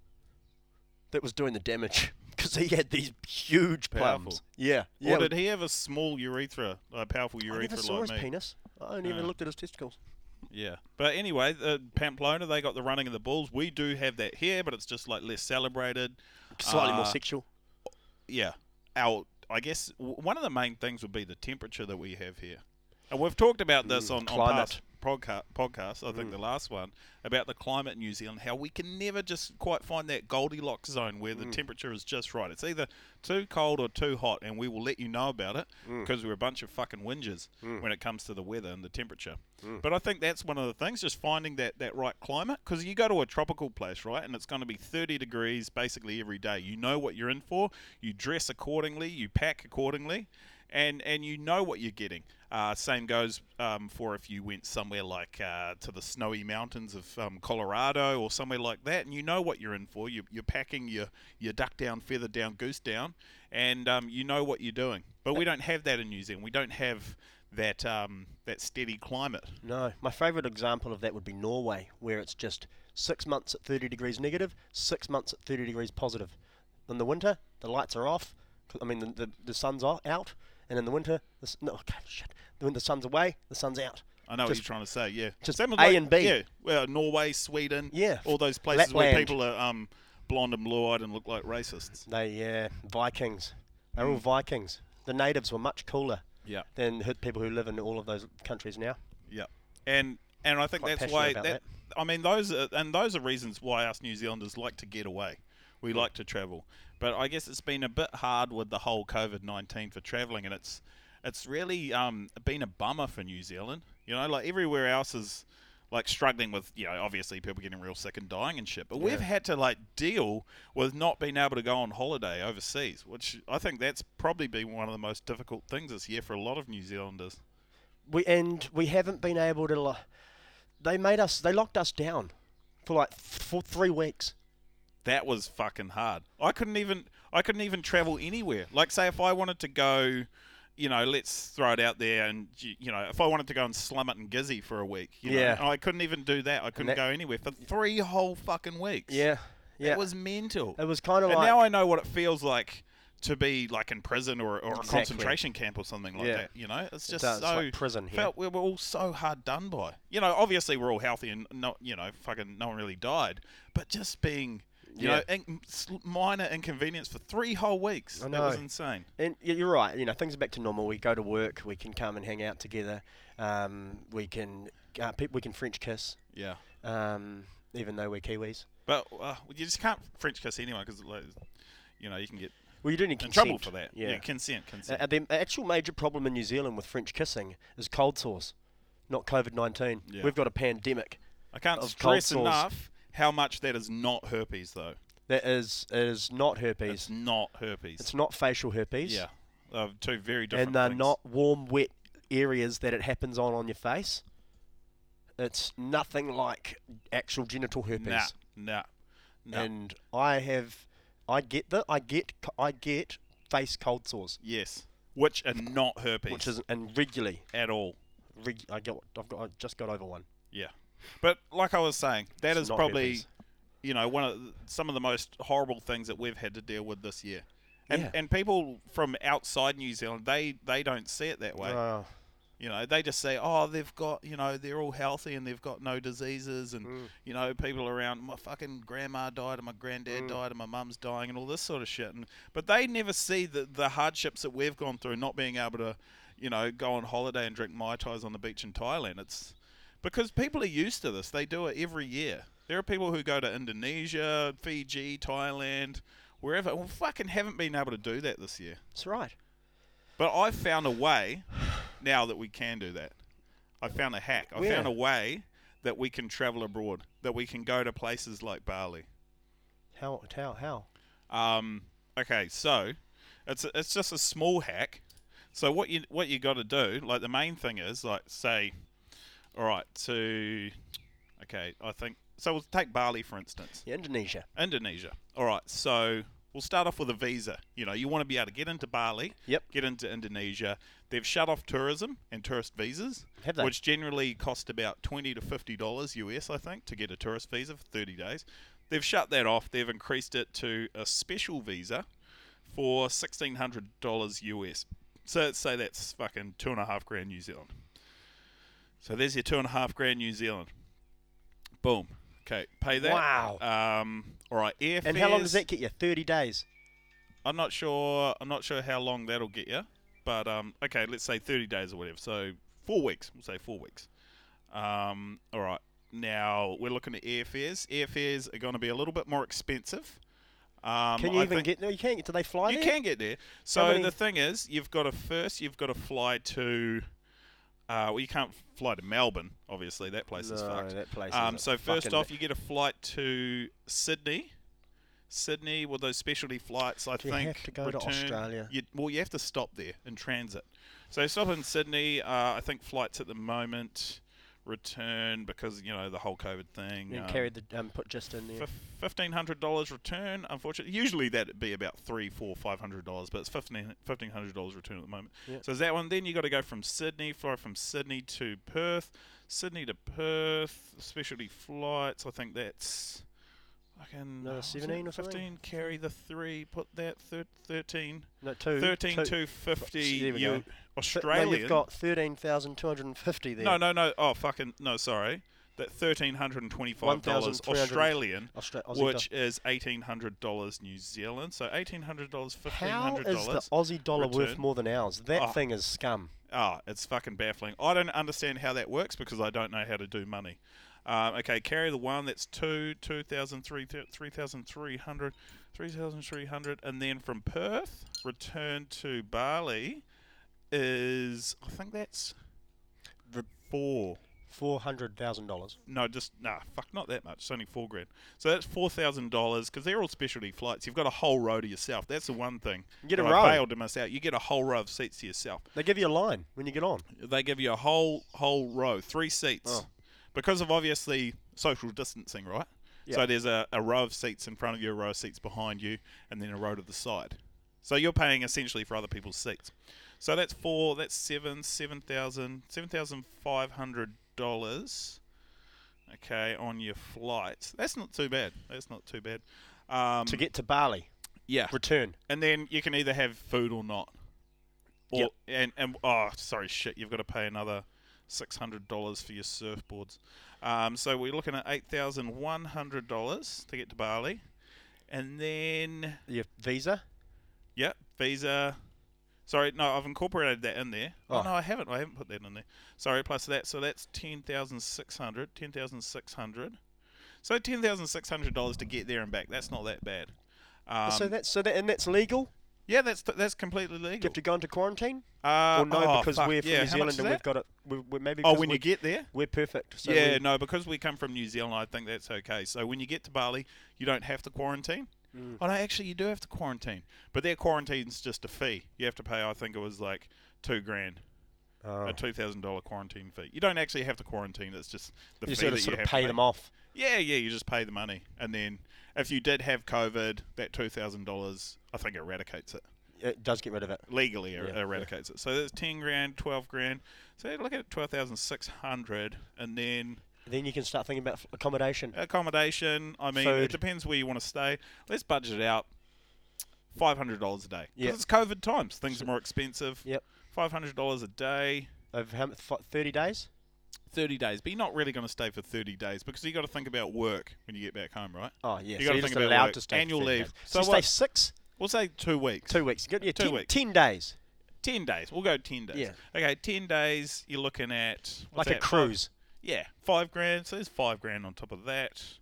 Speaker 2: that was doing the damage because he had these huge
Speaker 1: Powerful.
Speaker 2: plums. Yeah.
Speaker 1: Or
Speaker 2: yeah.
Speaker 1: did he have a small urethra, a powerful
Speaker 2: I never
Speaker 1: urethra
Speaker 2: saw
Speaker 1: like
Speaker 2: his
Speaker 1: me?
Speaker 2: penis. I only even
Speaker 1: No.
Speaker 2: looked at his testicles.
Speaker 1: Yeah. But anyway, the Pamplona, they got the running of the bulls. We do have that here, but it's just like less celebrated.
Speaker 2: Slightly more
Speaker 1: Uh,
Speaker 2: sexual.
Speaker 1: Yeah. Our, I guess w- one of the main things would be the temperature that we have here. And we've talked about
Speaker 2: Mm,
Speaker 1: this on, on past podca- podcasts, I think the last one, about the climate in New Zealand, how we can never just quite find that Goldilocks zone where the temperature is just right. It's either too cold or too hot, and we will let you know about it because we're a bunch of fucking whingers when it comes to the weather and the temperature. But I think that's one of the things, just finding that, that right climate. Because you go to a tropical place, right, and it's going to be 30 degrees basically every day. You know what you're in for, you dress accordingly, you pack accordingly and and you know what you're getting. Uh, same goes um, for if you went somewhere like uh, to the snowy mountains of um, Colorado or somewhere like that, and you know what you're in for. You, you're packing your your duck down, feather down, goose down, and um, you know what you're doing. But we don't have that in New Zealand. We don't have that um, that steady climate.
Speaker 2: No, my favourite example of that would be Norway, where it's just six months at 30 degrees negative, six months at 30 degrees positive. In the winter, the lights are off. I mean, the, the, the sun's o- out, and in the winter, the, s- no, okay, shit. When the sun's away, the sun's out.
Speaker 1: I know
Speaker 2: Just-
Speaker 1: what you're trying to say. Yeah,
Speaker 2: just
Speaker 1: Same with
Speaker 2: A and B.
Speaker 1: Yeah, well, Norway, Sweden.
Speaker 2: Yeah,
Speaker 1: all those places where
Speaker 2: Lapland.
Speaker 1: people are um, blonde and blue-eyed and look like racists.
Speaker 2: They, uh, Vikings. They're all Vikings. The natives were much cooler
Speaker 1: Mm. Yeah.
Speaker 2: than the people who live in all of those countries now.
Speaker 1: Yeah, and and I think
Speaker 2: Quite
Speaker 1: that's
Speaker 2: passionate
Speaker 1: why that,
Speaker 2: about
Speaker 1: I mean those are, and those are reasons why us New Zealanders like to get away. We like to travel, but I guess it's been a bit hard with the whole COVID nineteen for traveling, and it's it's really um, been a bummer for New Zealand. You know, like everywhere else is like struggling with you know obviously people getting real sick and dying and shit, but we've had to like deal with not being able to go on holiday overseas, which I think that's probably been one of the most difficult things this year for a lot of New Zealanders.
Speaker 2: we and we haven't been able to. Lo- they made us. They locked us down for like th- for three weeks.
Speaker 1: that was fucking hard. I couldn't even I couldn't even travel anywhere. Like say if I wanted to go, you know, let's throw it out there and y- you know, if I wanted to go and slum it in Gizzy for a week, you know,
Speaker 2: Yeah.
Speaker 1: I couldn't even do that. I couldn't
Speaker 2: that-
Speaker 1: go anywhere for three whole fucking weeks.
Speaker 2: Yeah, yeah.
Speaker 1: It was mental.
Speaker 2: It was kind of
Speaker 1: and
Speaker 2: like
Speaker 1: now I know what it feels like to be like in prison or, or
Speaker 2: Exactly.
Speaker 1: a concentration camp or something like
Speaker 2: Yeah.
Speaker 1: that. You know, it's just
Speaker 2: does, it's
Speaker 1: so
Speaker 2: like prison here.
Speaker 1: Felt we were all so hard done by. You know, obviously we're all healthy and not you know fucking no one really died, but just being you
Speaker 2: Yeah.
Speaker 1: know in, s- minor inconvenience for three whole weeks.
Speaker 2: I
Speaker 1: That was
Speaker 2: know.
Speaker 1: insane.
Speaker 2: And y- you're right. You know, things are back to normal. We go to work. We can come and hang out together. Um, we can uh, pe- we can French kiss,
Speaker 1: Yeah,
Speaker 2: um, even though we're Kiwis.
Speaker 1: but uh, you just can't French kiss anyone because like, you know you can get
Speaker 2: Well, you do need
Speaker 1: in
Speaker 2: consent.
Speaker 1: trouble for that.
Speaker 2: Yeah.
Speaker 1: consent, consent.
Speaker 2: Uh, the actual major problem in New Zealand with French kissing is cold sores, not COVID nineteen.
Speaker 1: Yeah.
Speaker 2: We've got a pandemic.
Speaker 1: I can't
Speaker 2: of cold
Speaker 1: stress
Speaker 2: sores.
Speaker 1: enough how much that is not herpes though.
Speaker 2: That is is not herpes.
Speaker 1: It's not herpes.
Speaker 2: It's not facial herpes.
Speaker 1: Yeah, uh, two very different.
Speaker 2: And they're
Speaker 1: things.
Speaker 2: not warm, wet areas that it happens on on your face. It's nothing like actual genital herpes.
Speaker 1: Nah, nah, nah.
Speaker 2: And I have, I get that. I get, c- I get face cold sores,
Speaker 1: yes, which are not herpes,
Speaker 2: which is and regularly,
Speaker 1: at all.
Speaker 2: reg, I get, I've got, I just got over one.
Speaker 1: Yeah, but like I was saying, that
Speaker 2: It's
Speaker 1: is
Speaker 2: not
Speaker 1: probably,
Speaker 2: herpes.
Speaker 1: you know, one of the, some of the most horrible things that we've had to deal with this year. And,
Speaker 2: Yeah.
Speaker 1: and people from outside New Zealand, they, they don't see it that way.
Speaker 2: Oh,
Speaker 1: You know, they just say, oh, they've got, you know, they're all healthy and they've got no diseases. And, you know, people around, my fucking grandma died and my granddad died and my mum's dying and all this sort of shit. And, but they never see the, the hardships that we've gone through not being able to, you know, go on holiday and drink Mai Tais on the beach in Thailand. It's because people are used to this. They do it every year. There are people who go to Indonesia, Fiji, Thailand, wherever. We fucking haven't been able to do that this year.
Speaker 2: that's right.
Speaker 1: But I found a way now that we can do that. I found a hack. I
Speaker 2: Where?
Speaker 1: found a way that we can travel abroad, that we can go to places like Bali.
Speaker 2: How? How? How?
Speaker 1: Um, okay, so it's it's just a small hack. So what you what you got to do, like the main thing is, like say, all right, to okay, I think so. We'll take Bali for instance,
Speaker 2: Yeah, Indonesia.
Speaker 1: Indonesia. All right, so we'll start off with a visa. You know, you want to be able to get into Bali,
Speaker 2: Yep.
Speaker 1: get into Indonesia. They've shut off tourism and tourist visas,
Speaker 2: Have they?
Speaker 1: which generally cost about twenty to fifty dollars US, I think, to get a tourist visa for thirty days. They've shut that off. They've increased it to a special visa for sixteen hundred dollars US. So let's say that's fucking two and a half grand New Zealand. So there's your two and a half grand New Zealand. Boom. Okay, pay that.
Speaker 2: Wow.
Speaker 1: Um, all right, airfares.
Speaker 2: And how long does that get you? Thirty days.
Speaker 1: I'm not sure. I'm not sure how long that'll get you, but um, okay, let's say 30 days or whatever. So four weeks. We'll say four weeks. Um, all right. Now we're looking at airfares. Airfares are going to be a little bit more expensive. Um,
Speaker 2: Can you
Speaker 1: I
Speaker 2: even
Speaker 1: think-
Speaker 2: get? No, you can't get. Do they fly
Speaker 1: You
Speaker 2: there?
Speaker 1: can get there. So
Speaker 2: many-
Speaker 1: the thing is, you've got to first, you've got to fly to. Uh, well, you can't fly to Melbourne, obviously. That place is
Speaker 2: No,
Speaker 1: fucked.
Speaker 2: that place
Speaker 1: Um,
Speaker 2: is a
Speaker 1: so first
Speaker 2: fucking-
Speaker 1: off, you get a flight to Sydney. Sydney with those specialty flights, I
Speaker 2: Do you
Speaker 1: think.
Speaker 2: have to go to
Speaker 1: return-
Speaker 2: Australia?
Speaker 1: You, well, you have to stop there in transit. So stop in Sydney. Uh, I think flights at the moment return because you know the whole COVID thing.
Speaker 2: And
Speaker 1: um,
Speaker 2: carry the um, put just in there.
Speaker 1: fif- fifteen hundred dollars return. Unfortunately, usually that'd be about three, four, five hundred dollars, but it's fifteen fifteen hundred dollars return at the moment.
Speaker 2: Yep.
Speaker 1: So is that one? Then you got to go from Sydney, fly from Sydney to Perth, Sydney to Perth, specialty flights. I think that's fucking what
Speaker 2: Another
Speaker 1: was it,
Speaker 2: 17 or something?
Speaker 1: Fifteen, carry the three, put that thir- thirteen.
Speaker 2: No, two.
Speaker 1: 13
Speaker 2: two.
Speaker 1: to 50
Speaker 2: There we
Speaker 1: you,
Speaker 2: go. Th-
Speaker 1: Australian.
Speaker 2: No, you've got thirteen thousand two hundred and fifty there.
Speaker 1: no, no, no. Oh, fucking no. Sorry, that thirteen hundred and twenty-five dollars
Speaker 2: 1,300
Speaker 1: Australian
Speaker 2: Austra- Aussie
Speaker 1: which is eighteen hundred dollars New Zealand. So eighteen hundred dollars,
Speaker 2: dollar.
Speaker 1: fifteen
Speaker 2: How
Speaker 1: hundred
Speaker 2: is the
Speaker 1: dollars.
Speaker 2: Aussie dollar worth
Speaker 1: return.
Speaker 2: more than ours? That
Speaker 1: Oh.
Speaker 2: thing is scum.
Speaker 1: Ah, it's fucking baffling. I don't understand how that works because I don't know how to do money. Um, okay, carry the one. That's two, two thousand three, three thousand three hundred, three thousand three hundred, and then from Perth return to Bali is I think that's four.
Speaker 2: Four hundred thousand dollars.
Speaker 1: No, just nah, fuck, not that much. It's only four grand. So that's four thousand dollars because they're all specialty flights. You've got a whole row to yourself. That's the one thing.
Speaker 2: You get a
Speaker 1: that I
Speaker 2: row.
Speaker 1: failed to miss out. You get a whole row of seats to yourself.
Speaker 2: They give you a line when you get on.
Speaker 1: They give you a whole whole row, three seats,
Speaker 2: Oh.
Speaker 1: because of obviously social distancing, right?
Speaker 2: Yeah.
Speaker 1: So there's a, a row of seats in front of you, a row of seats behind you, and then a row to the side. So you're paying essentially for other people's seats. So that's four. That's seven, seven thousand, seven thousand five hundred dollars okay, on your flight. That's not too bad. That's not too bad. Um,
Speaker 2: to get to Bali.
Speaker 1: yeah,
Speaker 2: Return.
Speaker 1: and then you can either have food or not. Or
Speaker 2: Yep.
Speaker 1: and and oh, sorry, shit, you've got to pay another six hundred dollars for your surfboards. Um, so we're looking at eight thousand one hundred dollars to get to Bali, and then
Speaker 2: Your visa.
Speaker 1: Yep, Visa. Sorry, no, I've incorporated that in there. Oh,
Speaker 2: Oh.
Speaker 1: no, I haven't. I haven't put that in there. Sorry, plus that. So that's ten thousand six hundred. Ten thousand six hundred. So ten thousand six hundred dollars to get there and back. That's not that bad. Um,
Speaker 2: so that's so that and that's legal.
Speaker 1: yeah, that's that's completely
Speaker 2: Do you
Speaker 1: legal.
Speaker 2: have to go into quarantine?
Speaker 1: Uh,
Speaker 2: or no,
Speaker 1: oh,
Speaker 2: because
Speaker 1: fuck,
Speaker 2: we're from
Speaker 1: yeah,
Speaker 2: New
Speaker 1: how much
Speaker 2: Zealand
Speaker 1: is
Speaker 2: and
Speaker 1: that?
Speaker 2: we've got it. We, we maybe
Speaker 1: Oh,
Speaker 2: because
Speaker 1: when
Speaker 2: we're,
Speaker 1: you get there.
Speaker 2: we're perfect. So
Speaker 1: yeah,
Speaker 2: we-
Speaker 1: no, because we come from New Zealand, I think that's okay. So when you get to Bali, you don't have to quarantine. Oh no, actually, you do have to quarantine, but their quarantine's just a fee. You have to pay. I think it was like two grand.
Speaker 2: Oh.
Speaker 1: a two thousand dollar quarantine fee. You don't actually have to quarantine. It's just the
Speaker 2: you
Speaker 1: fee
Speaker 2: sort
Speaker 1: that
Speaker 2: of,
Speaker 1: you
Speaker 2: sort
Speaker 1: have
Speaker 2: of pay
Speaker 1: to
Speaker 2: them off.
Speaker 1: Yeah, yeah. You just pay the money, and then if you did have COVID, that two thousand dollars, I think, eradicates it
Speaker 2: It does get rid of it.
Speaker 1: legally. er-
Speaker 2: Yeah, yeah.
Speaker 1: eradicates it. So that's ten grand, twelve grand. So look at twelve thousand six hundred, and then
Speaker 2: Then you can start thinking about f- accommodation.
Speaker 1: accommodation. I mean, it
Speaker 2: Food.
Speaker 1: depends where you want to stay. Let's budget it out. Five hundred dollars a day because
Speaker 2: Yep.
Speaker 1: it's COVID times. Things are more expensive.
Speaker 2: Yep.
Speaker 1: Five hundred dollars a day.
Speaker 2: Over how, mu- fi- thirty days.
Speaker 1: 30 days, but you're not really going to stay for 30 days because you got to think about work when you get back home, right?
Speaker 2: Oh yeah,
Speaker 1: You gotta
Speaker 2: so you're
Speaker 1: think
Speaker 2: just
Speaker 1: about
Speaker 2: allowed
Speaker 1: work.
Speaker 2: to stay for
Speaker 1: Annual
Speaker 2: 30
Speaker 1: leave.
Speaker 2: days.
Speaker 1: So
Speaker 2: So you stay
Speaker 1: what-
Speaker 2: six,
Speaker 1: We'll say two weeks.
Speaker 2: two weeks. Good, yeah,
Speaker 1: Two
Speaker 2: ten,
Speaker 1: weeks.
Speaker 2: ten days,
Speaker 1: 10 days. We'll go 10 days.
Speaker 2: Yeah.
Speaker 1: Okay, 10 days, you're looking at. what's
Speaker 2: like a
Speaker 1: that, five-
Speaker 2: cruise.
Speaker 1: yeah, five grand. So there's five grand on top of that.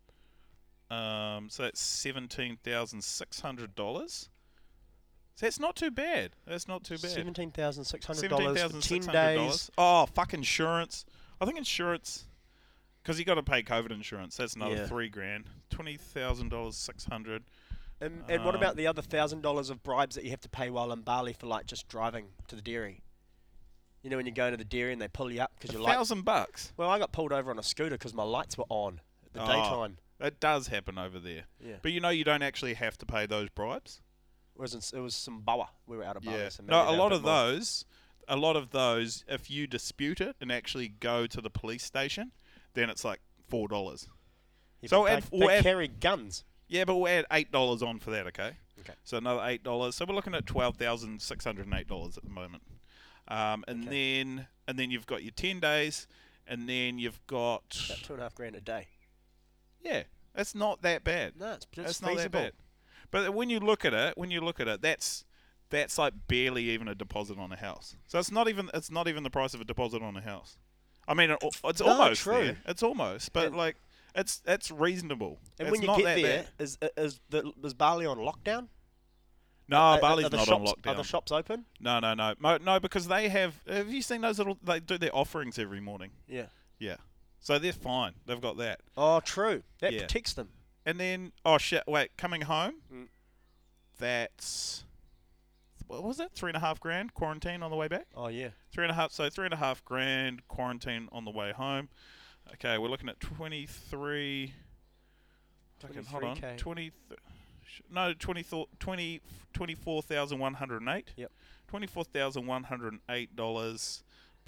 Speaker 1: Um, so that's $17,600. So that's not too bad. That's not too bad.
Speaker 2: Seventeen thousand six hundred dollars for ten
Speaker 1: $17,600.
Speaker 2: days.
Speaker 1: Oh, fuck insurance. I think insurance, because you got to pay COVID insurance. That's another
Speaker 2: Yeah.
Speaker 1: three grand, twenty thousand dollars, six hundred.
Speaker 2: And, and what about
Speaker 1: Um,
Speaker 2: the other thousand dollars of bribes that you have to pay while in Bali for like just driving to the dairy? You know when you go to the dairy and they pull you up because your lights.
Speaker 1: Thousand bucks.
Speaker 2: Well, I got pulled over on a scooter because my lights were on at the
Speaker 1: Oh.
Speaker 2: daytime.
Speaker 1: That does happen over there.
Speaker 2: Yeah.
Speaker 1: But you know, you don't actually have to pay those bribes.
Speaker 2: Whereas in, S- it was Simbawa. We were out of Bali. So maybe
Speaker 1: no, a
Speaker 2: they're
Speaker 1: lot
Speaker 2: bit
Speaker 1: of
Speaker 2: more-
Speaker 1: those, a lot of those, if you dispute it and actually go to the police station, then it's like four dollars.
Speaker 2: Yeah,
Speaker 1: so
Speaker 2: but
Speaker 1: add-
Speaker 2: they,
Speaker 1: we'll
Speaker 2: they
Speaker 1: add-
Speaker 2: carry guns.
Speaker 1: Yeah, but we'll add eight dollars on for that. Okay.
Speaker 2: Okay.
Speaker 1: So another eight dollars. So we're looking at twelve thousand six hundred and eight dollars at the moment. Um, and then and then you've got your ten days, and then you've got
Speaker 2: About two and a half grand a day.
Speaker 1: yeah, that's not that bad.
Speaker 2: No, it's, it's
Speaker 1: That's
Speaker 2: feasible.
Speaker 1: not that bad. But when you look at it, when you look at it, that's that's like barely even a deposit on a house. So it's not even it's not even the price of a deposit on a house. I mean, it, al- it's
Speaker 2: No,
Speaker 1: almost
Speaker 2: true.
Speaker 1: there. It's almost, but
Speaker 2: And-
Speaker 1: like it's that's reasonable.
Speaker 2: And
Speaker 1: it's
Speaker 2: when you
Speaker 1: not
Speaker 2: get
Speaker 1: that
Speaker 2: there,
Speaker 1: bad.
Speaker 2: is uh, is, the, is Bali on lockdown?
Speaker 1: no,
Speaker 2: Are- are-
Speaker 1: Ah, Bali's
Speaker 2: are the
Speaker 1: not
Speaker 2: shops,
Speaker 1: on
Speaker 2: Are the
Speaker 1: lockdown.
Speaker 2: shops open?
Speaker 1: no, no, no, Mo- no, because they have. Have you seen those little? They do their offerings every morning.
Speaker 2: Yeah.
Speaker 1: Yeah, so they're fine. They've got that.
Speaker 2: Oh, true. That
Speaker 1: Yeah.
Speaker 2: protects them.
Speaker 1: And then, oh shit, wait, coming home,
Speaker 2: Mm.
Speaker 1: that's what was it? Three and a half grand quarantine on the way back.
Speaker 2: Oh yeah.
Speaker 1: Three and a half, so three and a half grand quarantine on the way home. Okay, we're looking at twenty three. Fucking hold on,
Speaker 2: 23K.
Speaker 1: twenty. Th- sh- no, 20, thou- 20, 24,108.
Speaker 2: Yep.
Speaker 1: $24,108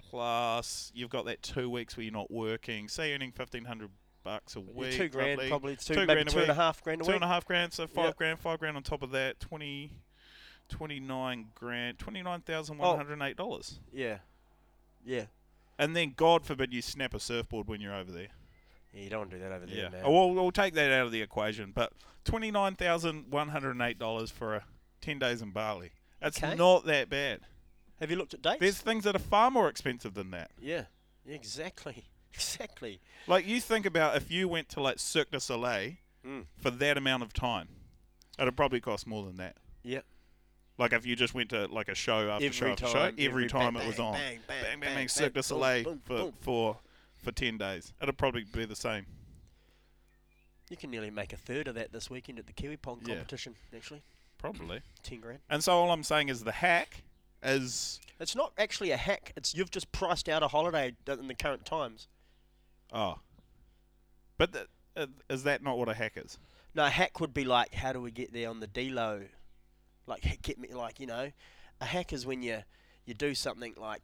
Speaker 1: plus you've got that two weeks where you're not working. Say earning 1500 bucks a
Speaker 2: Yeah,
Speaker 1: week.
Speaker 2: two grand,
Speaker 1: roughly.
Speaker 2: probably two,
Speaker 1: Two
Speaker 2: maybe
Speaker 1: grand a
Speaker 2: two and a
Speaker 1: week.
Speaker 2: half grand a
Speaker 1: Two
Speaker 2: week.
Speaker 1: and a half grand, so five
Speaker 2: Yep.
Speaker 1: grand, five grand on top of that, 20, 29 grand, twenty nine thousand one hundred eight dollars.
Speaker 2: Yeah, yeah.
Speaker 1: And then, God forbid, you snap a surfboard when you're over there.
Speaker 2: Yeah, you don't want to do that over there,
Speaker 1: Yeah,
Speaker 2: man.
Speaker 1: Oh, we'll, we'll take that out of the equation. But twenty nine thousand one hundred eight dollars for a ten days in Bali. That's
Speaker 2: Okay.
Speaker 1: not that bad.
Speaker 2: Have you looked at dates?
Speaker 1: There's things that are far more expensive than that.
Speaker 2: yeah, yeah, exactly, exactly.
Speaker 1: Like you think about if you went to like Cirque du Soleil
Speaker 2: Mm.
Speaker 1: for that amount of time, it'd probably cost more than that.
Speaker 2: Yeah.
Speaker 1: Like if you just went to like a show after show after show, every, time it was on,
Speaker 2: Bang, bang,
Speaker 1: bang, bang, Cirque du Soleil
Speaker 2: boom,
Speaker 1: for
Speaker 2: boom.
Speaker 1: for for ten days, it'd probably be the same.
Speaker 2: You can nearly make a third of that this weekend at the Kiwi Pong
Speaker 1: Yeah.
Speaker 2: competition. Actually,
Speaker 1: Probably.
Speaker 2: ten grand.
Speaker 1: And so all I'm saying is the hack is
Speaker 2: It's not actually a hack. It's you've just priced out a holiday d- in the current times.
Speaker 1: Oh. But th- uh, is that not what a hack is?
Speaker 2: No, a hack would be like, how do we get there on the D-Lo? Like, h- get me, like, you know, a hack is when you you do something like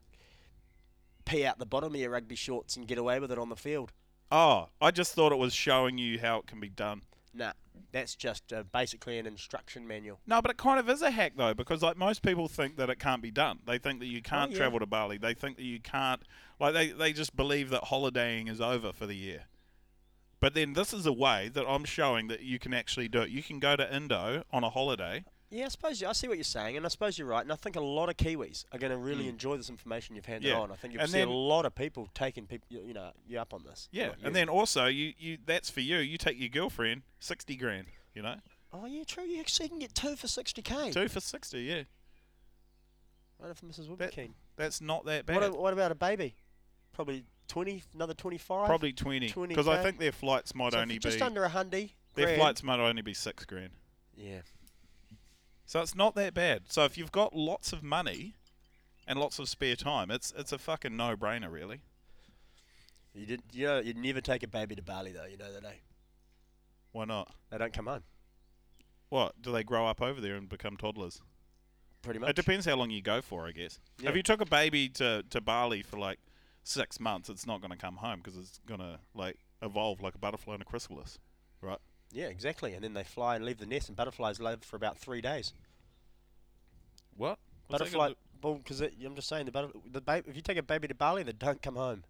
Speaker 2: pee out the bottom of your rugby shorts and get away with it on the field.
Speaker 1: Oh, I just thought it was showing you how it can be done.
Speaker 2: Nah, that's just uh, basically an instruction manual.
Speaker 1: No, but it kind of is a hack though, because like most people think that it can't be done. They think that you can't
Speaker 2: Oh, yeah.
Speaker 1: travel to Bali. They think that you can't. Like they, they just believe that holidaying is over for the year. But then this is a way that I'm showing that you can actually do it. You can go to Indo on a holiday.
Speaker 2: Yeah, I suppose you, I see what you're saying, and I suppose you're right. And I think a lot of Kiwis are going to really enjoy this information you've handed
Speaker 1: Mm. Yeah,
Speaker 2: on. I think you'll
Speaker 1: and
Speaker 2: see a
Speaker 1: then-
Speaker 2: lot of people taking people, you, you know, you up on this.
Speaker 1: Yeah,
Speaker 2: Not you.
Speaker 1: and then also you, you that's for you. You take your girlfriend sixty grand. You know,
Speaker 2: oh yeah, true. You actually can get two for sixty k.
Speaker 1: two for sixty. Yeah,
Speaker 2: Right if Mrs.
Speaker 1: That-
Speaker 2: Wilbekin.
Speaker 1: that's not that bad.
Speaker 2: What, a- what about a baby? Probably twenty, another twenty-five.
Speaker 1: Probably twenty,
Speaker 2: 20K.
Speaker 1: because I think their flights might
Speaker 2: So for
Speaker 1: only be
Speaker 2: just under a hundy.
Speaker 1: their
Speaker 2: grand.
Speaker 1: flights might only be six grand.
Speaker 2: Yeah.
Speaker 1: So it's not that bad. So if you've got lots of money and lots of spare time, it's it's a fucking no brainer, really.
Speaker 2: You did. You know, you'd never take a baby to Bali though. You know that, eh?
Speaker 1: Why not?
Speaker 2: They don't come home.
Speaker 1: What do they grow up over there and become toddlers?
Speaker 2: Pretty much.
Speaker 1: It depends how long you go for, I guess.
Speaker 2: Yeah.
Speaker 1: If you took a baby to to Bali for like six months, it's not going to come home because it's going to like evolve like a butterfly in a chrysalis, right?
Speaker 2: Yeah, exactly. And then they fly and leave the nest, and butterflies live for about three days.
Speaker 1: What What's that
Speaker 2: Butterfly.
Speaker 1: gonna do?
Speaker 2: Well, because I'm just saying the butterf the baby. If you take a baby to Bali, they don't come home.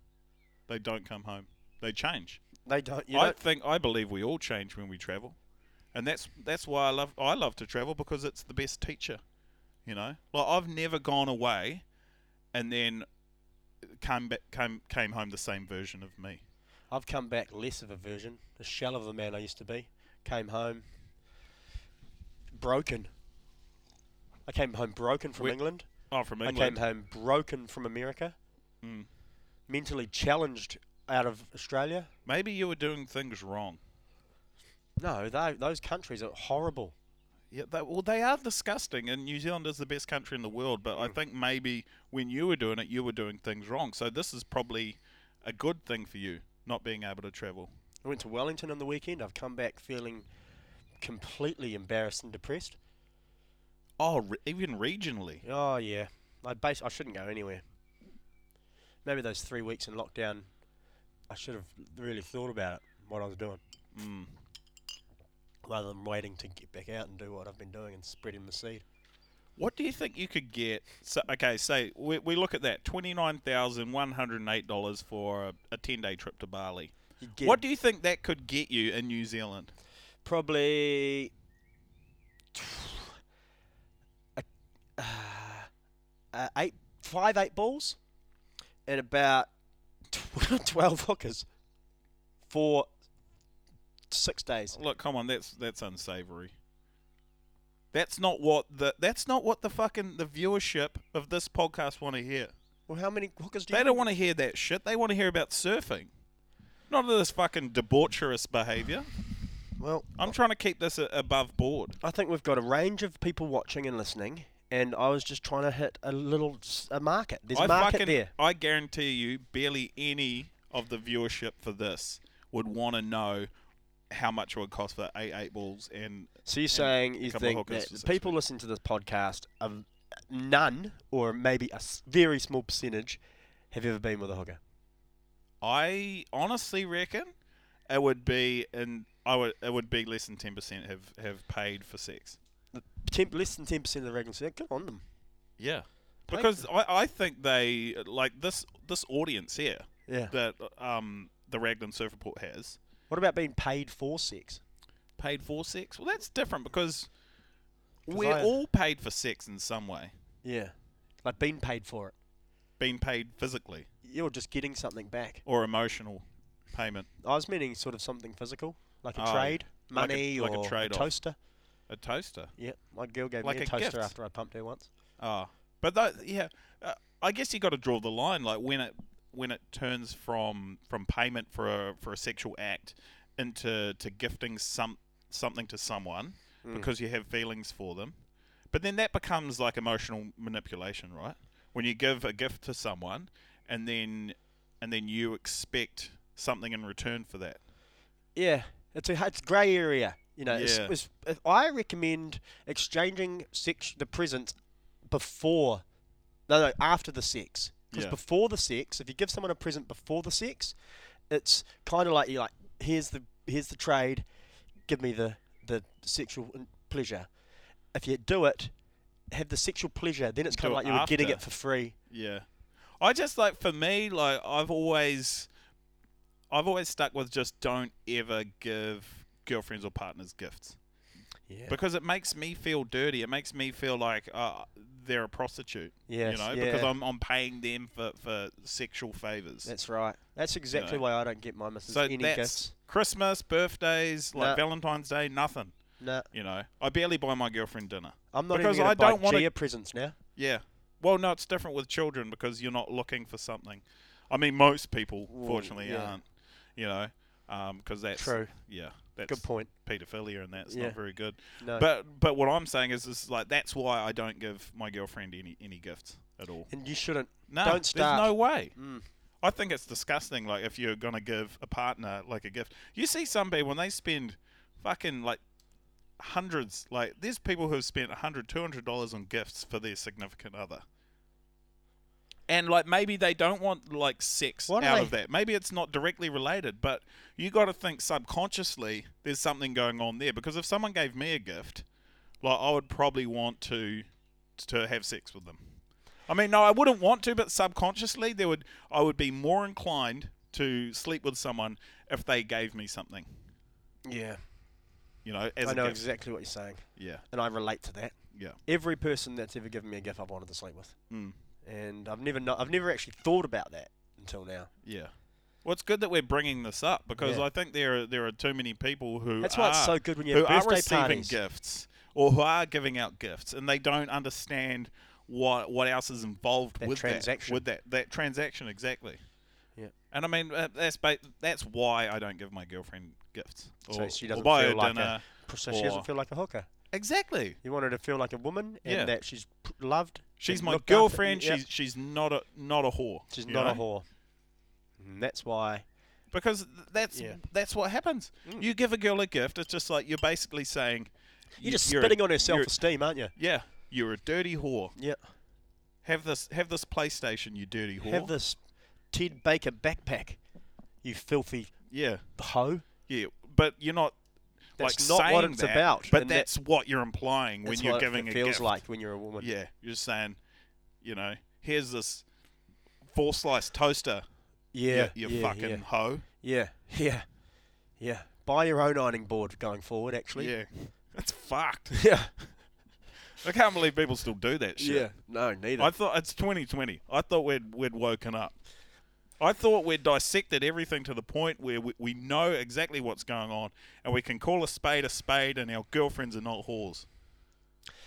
Speaker 1: They don't come home. They change.
Speaker 2: They don't. You
Speaker 1: I
Speaker 2: don't-
Speaker 1: think I believe we all change when we travel, and that's that's why I love I love to travel because it's the best teacher. You know, like I've never gone away, and then came back, came came home the same version of me.
Speaker 2: I've come back less of a version, the shell of the man I used to be. Came home broken. I came home broken from
Speaker 1: We-
Speaker 2: England.
Speaker 1: Oh, from
Speaker 2: I came
Speaker 1: England.
Speaker 2: home broken from America.
Speaker 1: Mm.
Speaker 2: Mentally challenged out of Australia?
Speaker 1: Maybe you were doing things wrong.
Speaker 2: No, they, those countries are horrible.
Speaker 1: Yeah, they, well, they are disgusting, and New Zealand is the best country in the world. But I think maybe when you were doing it, you were doing things wrong. So this is probably a good thing for you not being able to travel.
Speaker 2: I went to Wellington on the weekend. I've come back feeling completely embarrassed and depressed.
Speaker 1: Oh, re- even regionally.
Speaker 2: Oh yeah, I base I shouldn't go anywhere. Maybe those three weeks in lockdown, I should have really thought about it, what I was doing,
Speaker 1: Mm.
Speaker 2: rather than waiting to get back out and do what I've been doing and spreading the seed.
Speaker 1: What do you think you could get? So, okay, say we, we look at that twenty nine thousand one hundred and eight dollars for a, a ten day trip to Bali.
Speaker 2: You'd get
Speaker 1: What do you think that could get you in New Zealand?
Speaker 2: probably a, uh, uh, eight, five eight balls, and about tw- twelve hookers for six days.
Speaker 1: Look, come on, that's that's unsavory. That's not what the that's not what the fucking the viewership of this podcast want to hear.
Speaker 2: Well, how many hookers do
Speaker 1: They
Speaker 2: you?
Speaker 1: don't want to hear that shit. They want to hear about surfing, not this fucking debaucherous behaviour.
Speaker 2: Well,
Speaker 1: I'm trying to keep this a, above board.
Speaker 2: I think we've got a range of people watching and listening, and I was just trying to hit a little s- a market. There's a market
Speaker 1: fucking,
Speaker 2: there.
Speaker 1: I guarantee you, barely any of the viewership for this would want to know how much it would cost for eight eight balls and
Speaker 2: So you're saying you
Speaker 1: couple of
Speaker 2: think
Speaker 1: hookers
Speaker 2: that
Speaker 1: for
Speaker 2: the
Speaker 1: six
Speaker 2: people listening to this podcast, of none or maybe a s- very small percentage, have ever been with a hooker.
Speaker 1: I honestly reckon it would be and I would it would be less than ten percent have have paid for sex.
Speaker 2: The temp, less than ten percent of the regulars. Good on them.
Speaker 1: Yeah.
Speaker 2: Paid
Speaker 1: Because I, I think they like this this audience here
Speaker 2: Yeah.
Speaker 1: that um the Raglan Surf Report has
Speaker 2: What about being paid for sex?
Speaker 1: paid for sex. Well, that's different because we're
Speaker 2: I-
Speaker 1: all paid for sex in some way,
Speaker 2: Yeah. Like being paid for it.
Speaker 1: being paid physically
Speaker 2: You're just getting something back.
Speaker 1: or emotional payment,
Speaker 2: I was meaning sort of something physical, like a
Speaker 1: Oh,
Speaker 2: trade,
Speaker 1: like a-
Speaker 2: money,
Speaker 1: like a
Speaker 2: or
Speaker 1: trade-off.
Speaker 2: toaster.
Speaker 1: a toaster.
Speaker 2: Yeah, my girl gave
Speaker 1: Like
Speaker 2: me
Speaker 1: a
Speaker 2: a toaster
Speaker 1: gift.
Speaker 2: after I pumped her once.
Speaker 1: Ah, but tho- yeah, uh, I guess you got to draw the line, like when it when it turns from from payment for a for a sexual act into to gifting some something to someone because you have feelings for them. But then that becomes like emotional manipulation, right? When you give a gift to someone, and then and then you expect something in return for that.
Speaker 2: Yeah, it's a it's grey area. You know, it's,
Speaker 1: Yeah.
Speaker 2: it's, if I recommend exchanging sex the presents before, no, no, after the sex. Because
Speaker 1: Yeah.
Speaker 2: before the sex, if you give someone a present before the sex, it's kind of like you're like, here's the here's the trade, give me the the sexual in- pleasure. If you do it, have the sexual pleasure, then it's
Speaker 1: Do it
Speaker 2: kind of like you were getting
Speaker 1: after.
Speaker 2: it for free.
Speaker 1: Yeah. I just like for me, like I've always I've always stuck with just don't ever give girlfriends or partners gifts
Speaker 2: Yeah,
Speaker 1: because it makes me feel dirty. It makes me feel like uh, they're a prostitute,
Speaker 2: Yes,
Speaker 1: you know,
Speaker 2: yeah.
Speaker 1: because I'm I'm paying them for for sexual favors.
Speaker 2: that's right. That's exactly why I don't get my missus
Speaker 1: so
Speaker 2: any
Speaker 1: that's
Speaker 2: gifts.
Speaker 1: Christmas, birthdays, like
Speaker 2: No.
Speaker 1: Valentine's Day, nothing.
Speaker 2: No,
Speaker 1: You know, I barely buy my girlfriend dinner.
Speaker 2: I'm not
Speaker 1: Because
Speaker 2: even
Speaker 1: I
Speaker 2: going to buy
Speaker 1: don't wanna-
Speaker 2: Gia presents now.
Speaker 1: Yeah. Well, no, it's different with children because you're not looking for something. I mean, most people,
Speaker 2: Well,
Speaker 1: fortunately,
Speaker 2: yeah.
Speaker 1: aren't. You know, because that's
Speaker 2: True.
Speaker 1: Yeah, that's
Speaker 2: Good point.
Speaker 1: pedophilia, and that's
Speaker 2: Yeah. Uh,
Speaker 1: not very good.
Speaker 2: No.
Speaker 1: But but what I'm saying is, is like that's why I don't give my girlfriend any any gifts at all.
Speaker 2: and you shouldn't.
Speaker 1: No,
Speaker 2: Don't start.
Speaker 1: There's no way.
Speaker 2: Mm.
Speaker 1: I think it's disgusting. Like if you're gonna give a partner like a gift, you see some people when they spend fucking like hundreds. Like there's people who have spent 100 200 dollars on gifts for their significant other. And like maybe they don't want like sex
Speaker 2: Why do
Speaker 1: out
Speaker 2: they-
Speaker 1: of that. Maybe it's not directly related, but you got to think subconsciously there's something going on there. Because if someone gave me a gift, like I would probably want to to have sex with them. I mean, no, I wouldn't want to, but subconsciously, there would I would be more inclined to sleep with someone if they gave me something.
Speaker 2: Yeah,
Speaker 1: You know, as
Speaker 2: I
Speaker 1: a
Speaker 2: know
Speaker 1: gift.
Speaker 2: exactly what you're saying,
Speaker 1: yeah,
Speaker 2: and I relate to that.
Speaker 1: yeah.
Speaker 2: Every person that's ever given me a gift, I've wanted to sleep with,
Speaker 1: Mm.
Speaker 2: and I've never, no- I've never actually thought about that until now.
Speaker 1: Yeah. Well, it's good that we're bringing this up because
Speaker 2: Yeah.
Speaker 1: I think there are, there are too many people who
Speaker 2: That's why it's
Speaker 1: are-
Speaker 2: so good when you
Speaker 1: who
Speaker 2: have
Speaker 1: are
Speaker 2: birthday
Speaker 1: receiving
Speaker 2: parties.
Speaker 1: gifts or who are giving out gifts and they don't understand what what else is involved
Speaker 2: That
Speaker 1: with
Speaker 2: transaction.
Speaker 1: that with that that transaction exactly.
Speaker 2: Yeah.
Speaker 1: And I mean, uh, that's ba- that's why I don't give my girlfriend gifts.
Speaker 2: so she doesn't
Speaker 1: buy her
Speaker 2: feel like
Speaker 1: dinner.
Speaker 2: a, so she
Speaker 1: or-
Speaker 2: doesn't feel like a hooker.
Speaker 1: Exactly.
Speaker 2: You want her to feel like a woman and
Speaker 1: Yeah.
Speaker 2: that she's p- loved.
Speaker 1: She's
Speaker 2: and
Speaker 1: my
Speaker 2: looked after-
Speaker 1: girlfriend.
Speaker 2: yeah,
Speaker 1: She's she's not a not a whore.
Speaker 2: she's
Speaker 1: you
Speaker 2: not a
Speaker 1: know?
Speaker 2: whore. And that's why.
Speaker 1: because th- that's
Speaker 2: Yeah.
Speaker 1: that's what happens. You give a girl a gift, it's just like you're basically saying
Speaker 2: You're just
Speaker 1: you're a-
Speaker 2: spitting on her
Speaker 1: you're-
Speaker 2: self-esteem, aren't you?
Speaker 1: Yeah, you're a dirty whore.
Speaker 2: Yeah.
Speaker 1: Have this have this PlayStation, you dirty whore.
Speaker 2: Have this Ted Baker backpack, you filthy
Speaker 1: Yeah,
Speaker 2: hoe.
Speaker 1: yeah, but you're not.
Speaker 2: That's
Speaker 1: like
Speaker 2: not what
Speaker 1: saying
Speaker 2: it's
Speaker 1: that,
Speaker 2: about,
Speaker 1: but
Speaker 2: and that-
Speaker 1: that's what you're implying when
Speaker 2: That's
Speaker 1: you're
Speaker 2: what
Speaker 1: giving
Speaker 2: it
Speaker 1: a
Speaker 2: feels
Speaker 1: gift.
Speaker 2: like when you're a woman.
Speaker 1: Yeah, you're just saying, you know, here's this four slice toaster.
Speaker 2: Yeah.
Speaker 1: you, you
Speaker 2: yeah,
Speaker 1: fucking
Speaker 2: yeah.
Speaker 1: hoe.
Speaker 2: Yeah, yeah, yeah. Buy your own ironing board going forward, actually.
Speaker 1: Yeah, that's fucked.
Speaker 2: yeah,
Speaker 1: I can't believe people still do that shit.
Speaker 2: yeah. No, neither.
Speaker 1: I thought it's 2020. I thought we'd we'd woken up. I thought we'd dissected everything to the point where we, we know exactly what's going on and we can call a spade a spade and our girlfriends are not whores.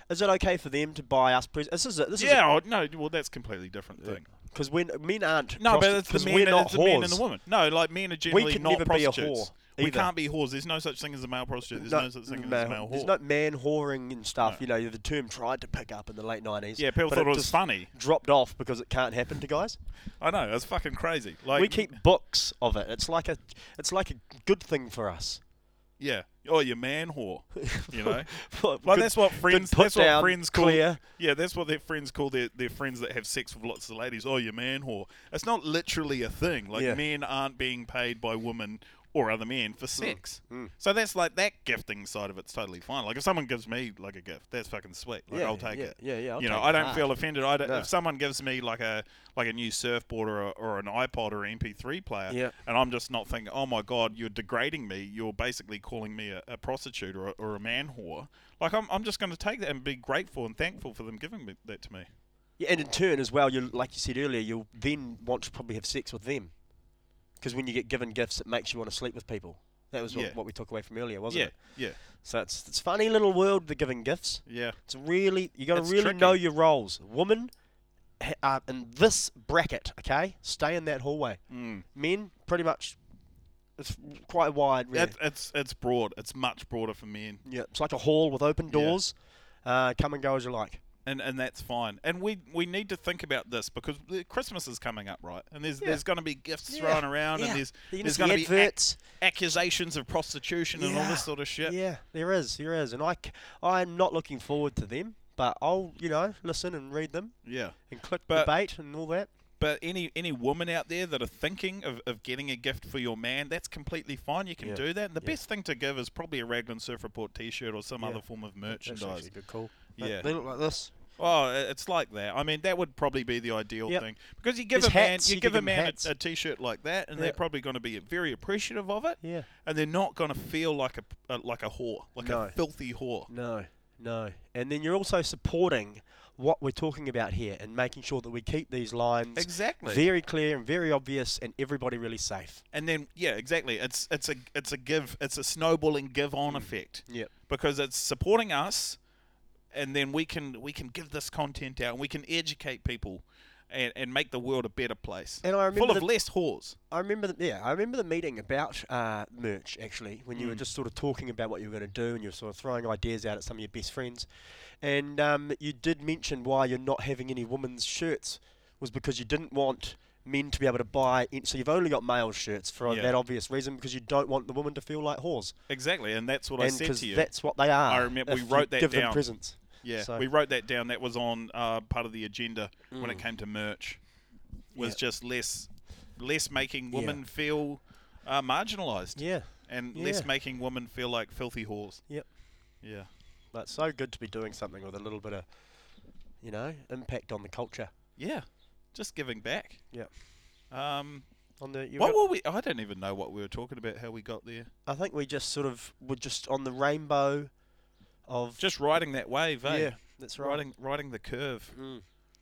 Speaker 2: is it okay for them to buy us presents? This is a, this
Speaker 1: Yeah, oh, no, well that's a completely different thing.
Speaker 2: is because when men aren't.
Speaker 1: No, but
Speaker 2: prosti-
Speaker 1: it's the
Speaker 2: 'cause
Speaker 1: men,
Speaker 2: we're
Speaker 1: and,
Speaker 2: not
Speaker 1: it's the men and the
Speaker 2: whores.
Speaker 1: women. No, like men are generally
Speaker 2: can
Speaker 1: not
Speaker 2: never be a
Speaker 1: prostitutes.
Speaker 2: whore
Speaker 1: we
Speaker 2: either.
Speaker 1: can't be whores. There's no such thing as a male prostitute. There's no, such thing as a male
Speaker 2: There's
Speaker 1: whore.
Speaker 2: no man whoring and stuff.
Speaker 1: No.
Speaker 2: You know, the term tried to pick up in the late nineties.
Speaker 1: yeah, people
Speaker 2: but
Speaker 1: thought it was
Speaker 2: just
Speaker 1: funny.
Speaker 2: Dropped off because it can't happen to guys.
Speaker 1: I know, it's fucking crazy. Like
Speaker 2: we keep books of it. It's like a, it's like a good thing for us.
Speaker 1: Yeah. Oh, you man whore. You know?
Speaker 2: well,
Speaker 1: Well, that's what friends.
Speaker 2: put
Speaker 1: That's what
Speaker 2: down,
Speaker 1: friends call.
Speaker 2: clear.
Speaker 1: Yeah, that's what their friends call their, their friends that have sex with lots of ladies. Oh, you man whore. It's not literally a thing. Like
Speaker 2: Yeah.
Speaker 1: men aren't being paid by women or other men for
Speaker 2: Hmm.
Speaker 1: sex. So that's like that gifting side of it's totally fine. Like if someone gives me like a gift, that's fucking sweet. Like
Speaker 2: Yeah,
Speaker 1: I'll take
Speaker 2: yeah,
Speaker 1: it.
Speaker 2: yeah, yeah, I'll
Speaker 1: you know,
Speaker 2: take
Speaker 1: I
Speaker 2: it Ah.
Speaker 1: don't
Speaker 2: hard.
Speaker 1: feel offended. I don't,
Speaker 2: No.
Speaker 1: If someone gives me like a like a new surfboard or, a, or an iPod or MP3 player,
Speaker 2: Yeah.
Speaker 1: and I'm just not thinking, oh my god, you're degrading me. You're basically calling me a, a prostitute or a, or a man whore. Like I'm, I'm just going to take that and be grateful and thankful for them giving me, that to me.
Speaker 2: Yeah, and in turn as well, you will like you said earlier, you'll then want to probably have sex with them, because when you get given gifts, it makes you want to sleep with people. That was what,
Speaker 1: Yeah.
Speaker 2: what we took away from earlier, wasn't
Speaker 1: Yeah,
Speaker 2: it?
Speaker 1: yeah,
Speaker 2: So it's it's a funny little world the giving gifts.
Speaker 1: yeah,
Speaker 2: It's really you got to
Speaker 1: It's
Speaker 2: really know
Speaker 1: tricky.
Speaker 2: your roles. Women ha- are in this bracket, okay? Stay in that hallway.
Speaker 1: Mm.
Speaker 2: Men, pretty much, it's quite wide. Really.
Speaker 1: It's it's it's broad. It's much broader for men,
Speaker 2: yeah, it's like a hall with open doors. Uh, come and go as you like.
Speaker 1: and and that's fine. And we we need to think about this because the- Christmas is coming up, right? And there's there's going to be gifts thrown around,
Speaker 2: yeah.
Speaker 1: and there's
Speaker 2: You can
Speaker 1: there's
Speaker 2: see
Speaker 1: going to be ac-
Speaker 2: adverts.
Speaker 1: accusations of prostitution and all
Speaker 2: Yeah,
Speaker 1: this sort of shit.
Speaker 2: Yeah, there is, there is, and I, c- I'm not looking forward to them, but I'll, you know, listen and read them
Speaker 1: yeah.
Speaker 2: and click
Speaker 1: But-
Speaker 2: debate and all that.
Speaker 1: But any any woman out there that are thinking of, of getting a gift for your man, that's completely fine. You can
Speaker 2: Yeah.
Speaker 1: do that. And the
Speaker 2: Yeah.
Speaker 1: best thing to give is probably a Raglan Surf Report T-shirt or some
Speaker 2: Yeah.
Speaker 1: other form of
Speaker 2: That's
Speaker 1: merchandise.
Speaker 2: actually a good call.
Speaker 1: Yeah.
Speaker 2: They- they look like this.
Speaker 1: Oh, i- it's like that. I mean, that would probably be the ideal
Speaker 2: Yep.
Speaker 1: thing because you give
Speaker 2: There's
Speaker 1: a man
Speaker 2: hats,
Speaker 1: you,
Speaker 2: you
Speaker 1: give
Speaker 2: give
Speaker 1: a
Speaker 2: them
Speaker 1: man
Speaker 2: hats.
Speaker 1: a, a T-shirt like that, and
Speaker 2: Yeah.
Speaker 1: they're probably going to be very appreciative of it.
Speaker 2: Yeah.
Speaker 1: And they're not going to feel like a, a like a whore, like a
Speaker 2: No.
Speaker 1: filthy whore.
Speaker 2: No, no, and then you're also supporting what we're talking about here and making sure that we keep these lines
Speaker 1: Exactly.
Speaker 2: very clear and very obvious and everybody really safe.
Speaker 1: and then yeah, exactly. It's it's a it's a give it's a snowballing give on effect.
Speaker 2: Yep.
Speaker 1: Because it's supporting us and then we can we can give this content out and we can educate people and, and make the world a better place.
Speaker 2: And I remember
Speaker 1: full of
Speaker 2: the-
Speaker 1: less whores.
Speaker 2: I remember, the, yeah, I remember the meeting about uh, merch actually, when you
Speaker 1: Mm.
Speaker 2: were just sort of talking about what you were going to do, and you were sort of throwing ideas out at some of your best friends, and um, you did mention why you're not having any women's shirts was because you didn't want men to be able to buy, in, so you've only got male shirts for
Speaker 1: Yeah.
Speaker 2: that obvious reason because you don't want the women to feel like whores,
Speaker 1: Exactly, and that's what I
Speaker 2: and
Speaker 1: said
Speaker 2: because
Speaker 1: to you.
Speaker 2: that's what they are.
Speaker 1: I remember we
Speaker 2: if you
Speaker 1: wrote that
Speaker 2: give
Speaker 1: down.
Speaker 2: them presents.
Speaker 1: Yeah,
Speaker 2: So-
Speaker 1: we wrote that down. That was on uh, part of the agenda when it came to merch. Was
Speaker 2: Yeah.
Speaker 1: just less, less making
Speaker 2: Yeah.
Speaker 1: women feel uh, marginalised.
Speaker 2: Yeah,
Speaker 1: and less
Speaker 2: Yeah.
Speaker 1: making women feel like filthy whores.
Speaker 2: Yep.
Speaker 1: Yeah.
Speaker 2: but it's so good to be doing something with a little bit of, you know, impact on the culture.
Speaker 1: Yeah. Just giving back.
Speaker 2: Yeah.
Speaker 1: Um,
Speaker 2: On the you
Speaker 1: what
Speaker 2: got-
Speaker 1: were we? I don't even know what we were talking about. How we got there?
Speaker 2: I think we just sort of were just on the rainbow of
Speaker 1: Just riding that wave, eh?
Speaker 2: yeah, that's right.
Speaker 1: Riding, riding the curve.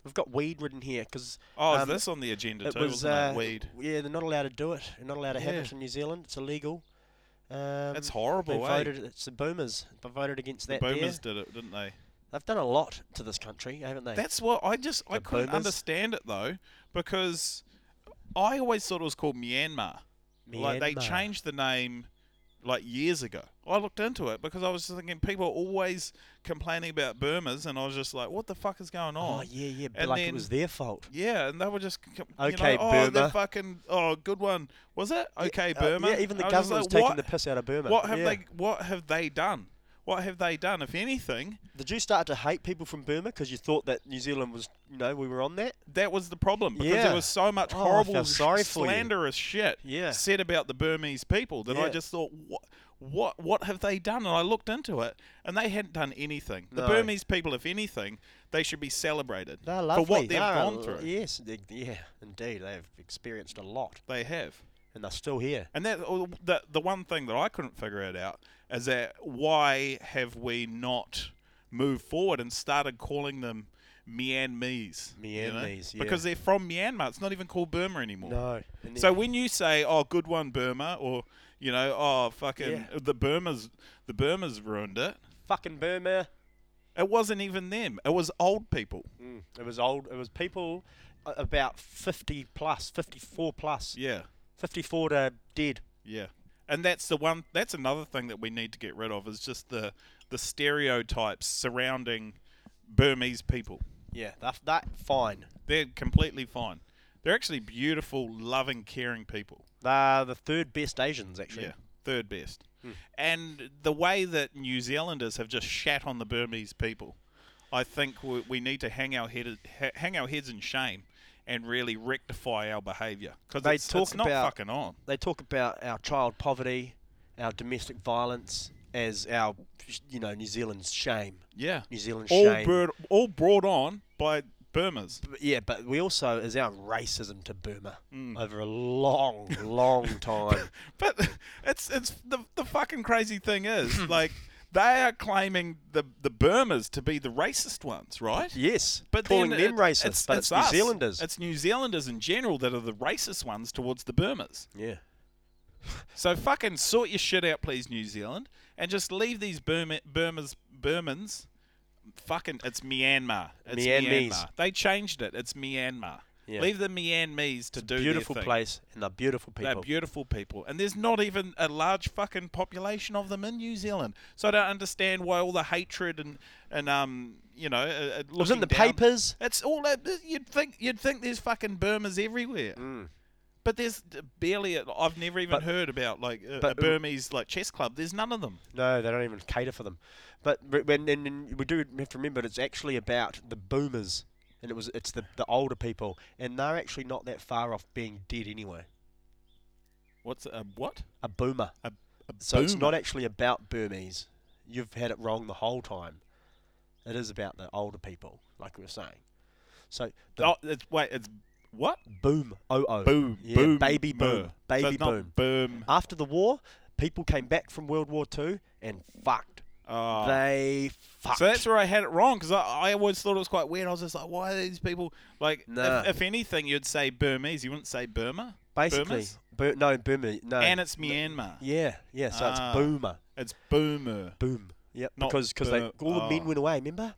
Speaker 2: We've got weed ridden here because
Speaker 1: Oh, is
Speaker 2: Um,
Speaker 1: this on the agenda
Speaker 2: it
Speaker 1: too?
Speaker 2: was
Speaker 1: wasn't
Speaker 2: uh,
Speaker 1: it? weed.
Speaker 2: Yeah, they're not allowed to do it. They're not allowed to have
Speaker 1: Yeah.
Speaker 2: it in New Zealand. It's illegal. Um,
Speaker 1: That's
Speaker 2: they
Speaker 1: horrible. eh?
Speaker 2: voted. It's the boomers. They voted against
Speaker 1: The
Speaker 2: that. there.
Speaker 1: boomers did it, didn't they?
Speaker 2: They've done a lot to this country, haven't they?
Speaker 1: That's what I just I
Speaker 2: The
Speaker 1: couldn't
Speaker 2: boomers?
Speaker 1: understand it though because I always thought it was called Myanmar. Like they
Speaker 2: Myanmar.
Speaker 1: changed the name like years ago. I looked into it because I was just thinking people are always complaining about Burmas, and I was just like, what the fuck is going
Speaker 2: Oh
Speaker 1: on?
Speaker 2: yeah, yeah. But
Speaker 1: And
Speaker 2: like
Speaker 1: then-
Speaker 2: it was their fault.
Speaker 1: Yeah, and they were just c- you
Speaker 2: Okay,
Speaker 1: know, oh, the
Speaker 2: Burma.
Speaker 1: fucking oh, good one was it? Okay,
Speaker 2: Uh,
Speaker 1: Burma.
Speaker 2: yeah, even the
Speaker 1: I was just
Speaker 2: government was
Speaker 1: like,
Speaker 2: taking
Speaker 1: what,
Speaker 2: the piss out of Burma.
Speaker 1: What have
Speaker 2: Yeah.
Speaker 1: they? What have they done? What have they done? If anything,
Speaker 2: Did you start to hate people from Burma because you thought that New Zealand was, you know, we were on that?
Speaker 1: that was the problem because
Speaker 2: Yeah.
Speaker 1: there was so much
Speaker 2: Oh, I
Speaker 1: horrible,
Speaker 2: felt sorry
Speaker 1: sh-
Speaker 2: for you.
Speaker 1: slanderous shit
Speaker 2: Yeah.
Speaker 1: said about the Burmese people that I
Speaker 2: Yeah.
Speaker 1: just thought, what, what, what have they done? And I looked into it, and they hadn't done anything. The
Speaker 2: No.
Speaker 1: Burmese people, if anything, they should be celebrated
Speaker 2: They're
Speaker 1: for
Speaker 2: lovely.
Speaker 1: what they've
Speaker 2: They're
Speaker 1: gone
Speaker 2: a-
Speaker 1: through.
Speaker 2: Yes, they- yeah, indeed. They've experienced a lot,
Speaker 1: They have.
Speaker 2: and they're still here.
Speaker 1: And that oh, the the one thing that I couldn't figure it out is that why have we not moved forward and started calling them Myanmese? you know?
Speaker 2: Myanmese, yeah.
Speaker 1: because they're from Myanmar. It's not even called Burma anymore.
Speaker 2: No. And
Speaker 1: So when you say, "Oh, good one, Burma," or you know, "Oh, fucking
Speaker 2: Yeah.
Speaker 1: the Burma's the Burma's ruined it,"
Speaker 2: fucking Burma.
Speaker 1: it wasn't even them. It was old people.
Speaker 2: Mm, it was old. It was people a- about 50 plus, 54 plus,
Speaker 1: Yeah,
Speaker 2: 54 to dead.
Speaker 1: yeah. And that's the one. That's another thing that we need to get rid of is just the the stereotypes surrounding Burmese people.
Speaker 2: Yeah, that that fine.
Speaker 1: They're completely fine. They're actually beautiful, loving, caring people.
Speaker 2: They're the third best Asians actually.
Speaker 1: Yeah, third best.
Speaker 2: Hmm.
Speaker 1: And the way that New Zealanders have just shat on the Burmese people, I think we, we need to hang our head ha- hang our heads in shame and really rectify our behaviour because
Speaker 2: They
Speaker 1: it's,
Speaker 2: talk
Speaker 1: it's not
Speaker 2: about-
Speaker 1: fucking on.
Speaker 2: they talk about our child poverty, our domestic violence as our, you know, New Zealand's shame.
Speaker 1: Yeah,
Speaker 2: New Zealand's
Speaker 1: all
Speaker 2: shame.
Speaker 1: brought all brought on by Burmas.
Speaker 2: But yeah, but we also is our racism to Burma
Speaker 1: Mm.
Speaker 2: over a long, long time.
Speaker 1: But it's it's the the fucking crazy thing is
Speaker 2: Hmm.
Speaker 1: like they are claiming the the Burmas to be the racist ones, right?
Speaker 2: yes,
Speaker 1: But
Speaker 2: calling
Speaker 1: then
Speaker 2: them
Speaker 1: it-
Speaker 2: racist, but it's, New
Speaker 1: us.
Speaker 2: Zealanders.
Speaker 1: It's New Zealanders in general that are the racist ones towards the Burmas.
Speaker 2: yeah,
Speaker 1: So fucking sort your shit out, please, New Zealand, and just leave these Burma, Burmas, Burmans. Fucking, it's Myanmar. It's
Speaker 2: Myanmese.
Speaker 1: Myanmar. They changed it. It's Myanmar.
Speaker 2: Yeah.
Speaker 1: Leave the Myanmese to do their
Speaker 2: beautiful
Speaker 1: thing.
Speaker 2: place and they're beautiful people.
Speaker 1: They're beautiful people, and there's not even a large fucking population of them in New Zealand. So I don't understand why all the hatred and and um you know uh, uh,
Speaker 2: it was
Speaker 1: looking
Speaker 2: in the
Speaker 1: down-
Speaker 2: papers.
Speaker 1: It's all that uh, you'd think. You'd think there's fucking Burmas everywhere, but there's barely. i I've never even
Speaker 2: Hmm. But-
Speaker 1: heard about like a, a
Speaker 2: but-
Speaker 1: Burmese like chess club. There's none of them.
Speaker 2: No, they don't even cater for them. But re- when and, and we do have to remember, it's actually about the boomers, and it was it's the the older people, and they're actually not that far off being dead anyway.
Speaker 1: What's a what?
Speaker 2: A boomer.
Speaker 1: A, a
Speaker 2: So it's
Speaker 1: boomer.
Speaker 2: not actually about Burmese. You've had it wrong the whole time. It is about the older people, like we were saying. So the
Speaker 1: Oh, it's wait. It's what?
Speaker 2: boom, oh oh,
Speaker 1: Boom.
Speaker 2: yeah,
Speaker 1: boom.
Speaker 2: baby boom,
Speaker 1: mer.
Speaker 2: baby
Speaker 1: so it's
Speaker 2: boom.
Speaker 1: Not boom.
Speaker 2: After the war, people came back from World War Two and fucked.
Speaker 1: Oh.
Speaker 2: They fucked.
Speaker 1: So that's where I had it wrong because I, I always thought it was quite weird. I was just like, why are these people like?
Speaker 2: Nah.
Speaker 1: If, if anything, you'd say Burmese. You wouldn't say Burma.
Speaker 2: Basically,
Speaker 1: Burmas?
Speaker 2: Bur- no Burma, no.
Speaker 1: and it's Myanmar.
Speaker 2: yeah, yeah. So
Speaker 1: Ah.
Speaker 2: it's boomer,
Speaker 1: It's boomer.
Speaker 2: boom. Yep.
Speaker 1: Not
Speaker 2: because because they
Speaker 1: Bur-
Speaker 2: all the men
Speaker 1: oh.
Speaker 2: went away. Remember,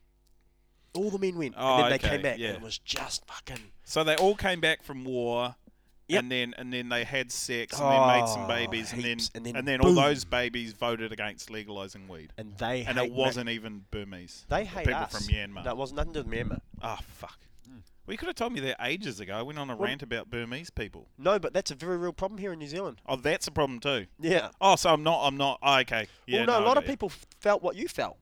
Speaker 2: all the men went,
Speaker 1: Oh,
Speaker 2: and then
Speaker 1: okay,
Speaker 2: they came back,
Speaker 1: yeah.
Speaker 2: and it was just fucking.
Speaker 1: So they all came back from war,
Speaker 2: Yep.
Speaker 1: and then and then they had sex and then made some
Speaker 2: Oh,
Speaker 1: babies, and then
Speaker 2: heaps,
Speaker 1: and
Speaker 2: and
Speaker 1: then,
Speaker 2: then
Speaker 1: all
Speaker 2: boom.
Speaker 1: those babies voted against legalizing weed,
Speaker 2: And they
Speaker 1: and
Speaker 2: hate
Speaker 1: it wasn't even Burmese.
Speaker 2: They hate
Speaker 1: people
Speaker 2: us.
Speaker 1: from Myanmar.
Speaker 2: That was nothing to do with Myanmar.
Speaker 1: Ah, fuck. Well, you could have told me that ages ago. I went on a rant about Burmese people.
Speaker 2: No, but that's a very real problem here in New Zealand.
Speaker 1: Oh, that's a problem too.
Speaker 2: Yeah.
Speaker 1: Oh, so I'm not. I'm not. oh, okay. Yeah.
Speaker 2: well, no, a lot of
Speaker 1: okay.
Speaker 2: people felt what you felt.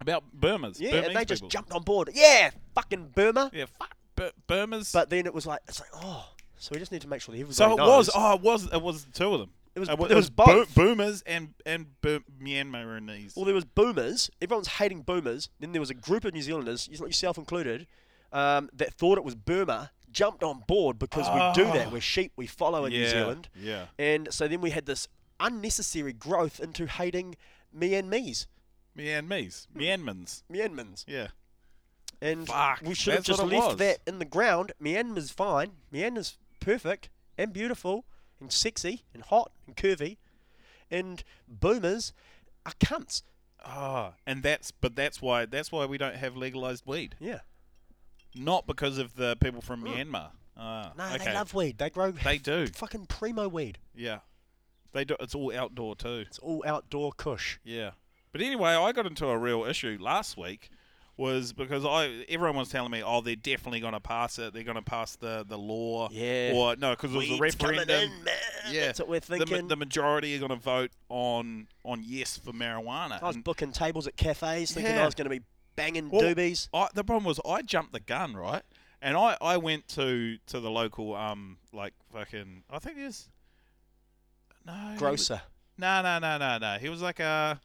Speaker 1: about Burmas.
Speaker 2: Yeah,
Speaker 1: Burmese
Speaker 2: and they just
Speaker 1: people.
Speaker 2: jumped on board. Yeah, fucking Burma.
Speaker 1: Yeah, fuck Bur- Burmas.
Speaker 2: But then it was like, it's like, oh, so we just need to make sure that everybody
Speaker 1: so it was.
Speaker 2: knows.
Speaker 1: Oh, it was. It was the two of them.
Speaker 2: It was-
Speaker 1: wa-
Speaker 2: it was
Speaker 1: Bo-
Speaker 2: both.
Speaker 1: Boomers and and Bur- Myanmarese.
Speaker 2: Well, there was boomers. Everyone's hating boomers. Then there was a group of New Zealanders, you- yourself included, um, that thought it was Burma, jumped on board because we do
Speaker 1: Oh.
Speaker 2: that. We're sheep. We follow in
Speaker 1: Yeah,
Speaker 2: New Zealand.
Speaker 1: yeah.
Speaker 2: And so then we had this unnecessary growth into hating Myanmese,
Speaker 1: Myanmese. Myanmans.
Speaker 2: Myanmans.
Speaker 1: Yeah.
Speaker 2: And
Speaker 1: Fuck,
Speaker 2: we should have
Speaker 1: that's
Speaker 2: just
Speaker 1: what it
Speaker 2: left
Speaker 1: was.
Speaker 2: that in the ground. Myanmar's fine. Myanmar's perfect and beautiful and sexy and hot and curvy. And boomers are cunts.
Speaker 1: Ah, and that's but that's why that's why we don't have legalized weed.
Speaker 2: Yeah.
Speaker 1: Not because of the people from Myanmar. Ah,
Speaker 2: No,
Speaker 1: okay.
Speaker 2: they love weed. They grow
Speaker 1: They do.
Speaker 2: fucking primo weed.
Speaker 1: Yeah, they do. It's all outdoor too.
Speaker 2: It's all outdoor kush.
Speaker 1: Yeah. But anyway, I got into a real issue last week was because I everyone was telling me, oh, they're definitely going to pass it. They're going to pass the, the law.
Speaker 2: Yeah.
Speaker 1: Or no, because it was a
Speaker 2: Weed's coming
Speaker 1: referendum.
Speaker 2: in, man.
Speaker 1: Yeah.
Speaker 2: That's what we're
Speaker 1: The ma- The,
Speaker 2: thinking.
Speaker 1: majority are going to vote on on yes for marijuana.
Speaker 2: I was
Speaker 1: And-
Speaker 2: booking tables at cafes thinking
Speaker 1: Yeah.
Speaker 2: I was going to be banging
Speaker 1: well,
Speaker 2: doobies.
Speaker 1: I, the problem was I jumped the gun, right? And I, I went to to the local um like fucking I think there's no he was-
Speaker 2: Grocer.
Speaker 1: No, no, no, no, no. He was like a,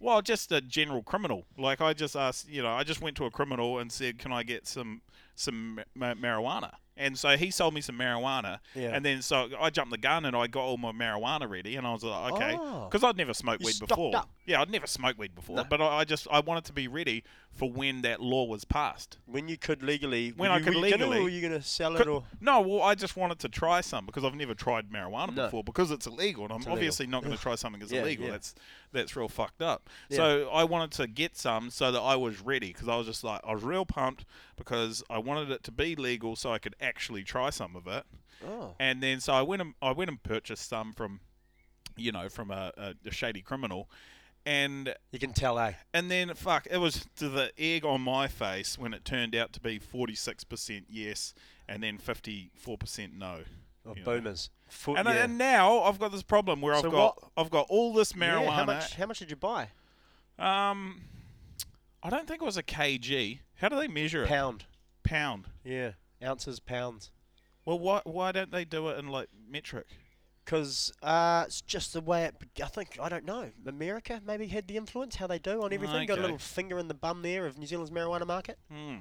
Speaker 1: well, just a general criminal. Like I just asked, you know, I just went to a criminal and said, "Can I get some some ma- marijuana?" And so he sold me some marijuana.
Speaker 2: Yeah.
Speaker 1: And then so I jumped the gun and I got all my marijuana ready, and I was like, okay,
Speaker 2: Oh.
Speaker 1: because I'd never smoked
Speaker 2: You
Speaker 1: weed
Speaker 2: stocked
Speaker 1: before.
Speaker 2: up.
Speaker 1: Yeah, I'd never smoked weed before,
Speaker 2: No.
Speaker 1: but I, I just I wanted to be ready for when that law was passed.
Speaker 2: When you could legally.
Speaker 1: When
Speaker 2: were
Speaker 1: I
Speaker 2: you-
Speaker 1: could
Speaker 2: were you gonna,
Speaker 1: legally-
Speaker 2: or were you going to sell
Speaker 1: Could-
Speaker 2: it or.
Speaker 1: no, well, I just wanted to try some because I've never tried marijuana
Speaker 2: No.
Speaker 1: before because it's illegal, and I'm
Speaker 2: illegal.
Speaker 1: obviously not going to try something that's
Speaker 2: Yeah,
Speaker 1: illegal.
Speaker 2: yeah.
Speaker 1: That's that's real fucked up. So I wanted to get some so that I was ready because I was just like I was real pumped because I wanted it to be legal so I could actually try some of it.
Speaker 2: Oh.
Speaker 1: And then so I went and I went and purchased some from, you know, from a, a, a shady criminal, and
Speaker 2: You can tell, eh?
Speaker 1: and then fuck, it was to the egg on my face when it turned out to be forty six percent yes and then fifty four percent no.
Speaker 2: Or
Speaker 1: you know.
Speaker 2: boomers. Oh, Foot,
Speaker 1: And,
Speaker 2: yeah.
Speaker 1: and now I've got this problem where I've
Speaker 2: So
Speaker 1: got
Speaker 2: what-
Speaker 1: I've got all this
Speaker 2: Yeah,
Speaker 1: marijuana.
Speaker 2: how, much, how much did you buy?
Speaker 1: Um, I don't think it was a kg. How do they measure it?
Speaker 2: Pound.
Speaker 1: Pound.
Speaker 2: Yeah. Ounces, pounds.
Speaker 1: Well, why why don't they do it in like metric?
Speaker 2: Because uh, it's just the way it. I think I don't know. America maybe had the influence how they do on everything. Got
Speaker 1: Okay.
Speaker 2: a little finger in the bum there of New Zealand's marijuana market.
Speaker 1: Hmm.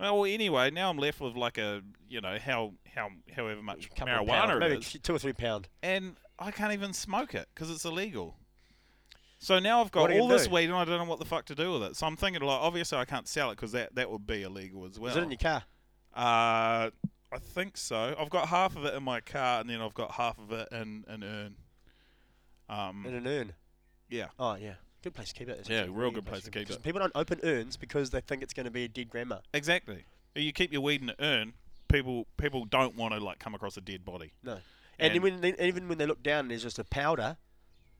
Speaker 1: Well, anyway, now I'm left with like a you know how how however much
Speaker 2: Couple
Speaker 1: marijuana
Speaker 2: of pounds,
Speaker 1: it
Speaker 2: maybe
Speaker 1: is.
Speaker 2: two or three pound.
Speaker 1: and I can't even smoke it because it's illegal. So now I've
Speaker 2: What
Speaker 1: got
Speaker 2: are you
Speaker 1: all
Speaker 2: gonna
Speaker 1: this
Speaker 2: do?
Speaker 1: weed and I don't know what the fuck to do with it. So I'm thinking like, obviously I can't sell it because that that would be illegal as well.
Speaker 2: Is it in your car?
Speaker 1: uh, I think so. I've got half of it in my car and then I've got half of it in an urn.
Speaker 2: In
Speaker 1: Um,
Speaker 2: an urn?
Speaker 1: yeah.
Speaker 2: Oh yeah, good place to keep it. It's
Speaker 1: Yeah,
Speaker 2: actually a
Speaker 1: real good place to keep
Speaker 2: 'cause
Speaker 1: it.
Speaker 2: People don't open urns because they think it's going to be a dead grandma.
Speaker 1: exactly. You keep your weed in an urn. People people don't want to like come across a dead body.
Speaker 2: No, and,
Speaker 1: And-
Speaker 2: then when they, even when they look down and there's just a powder,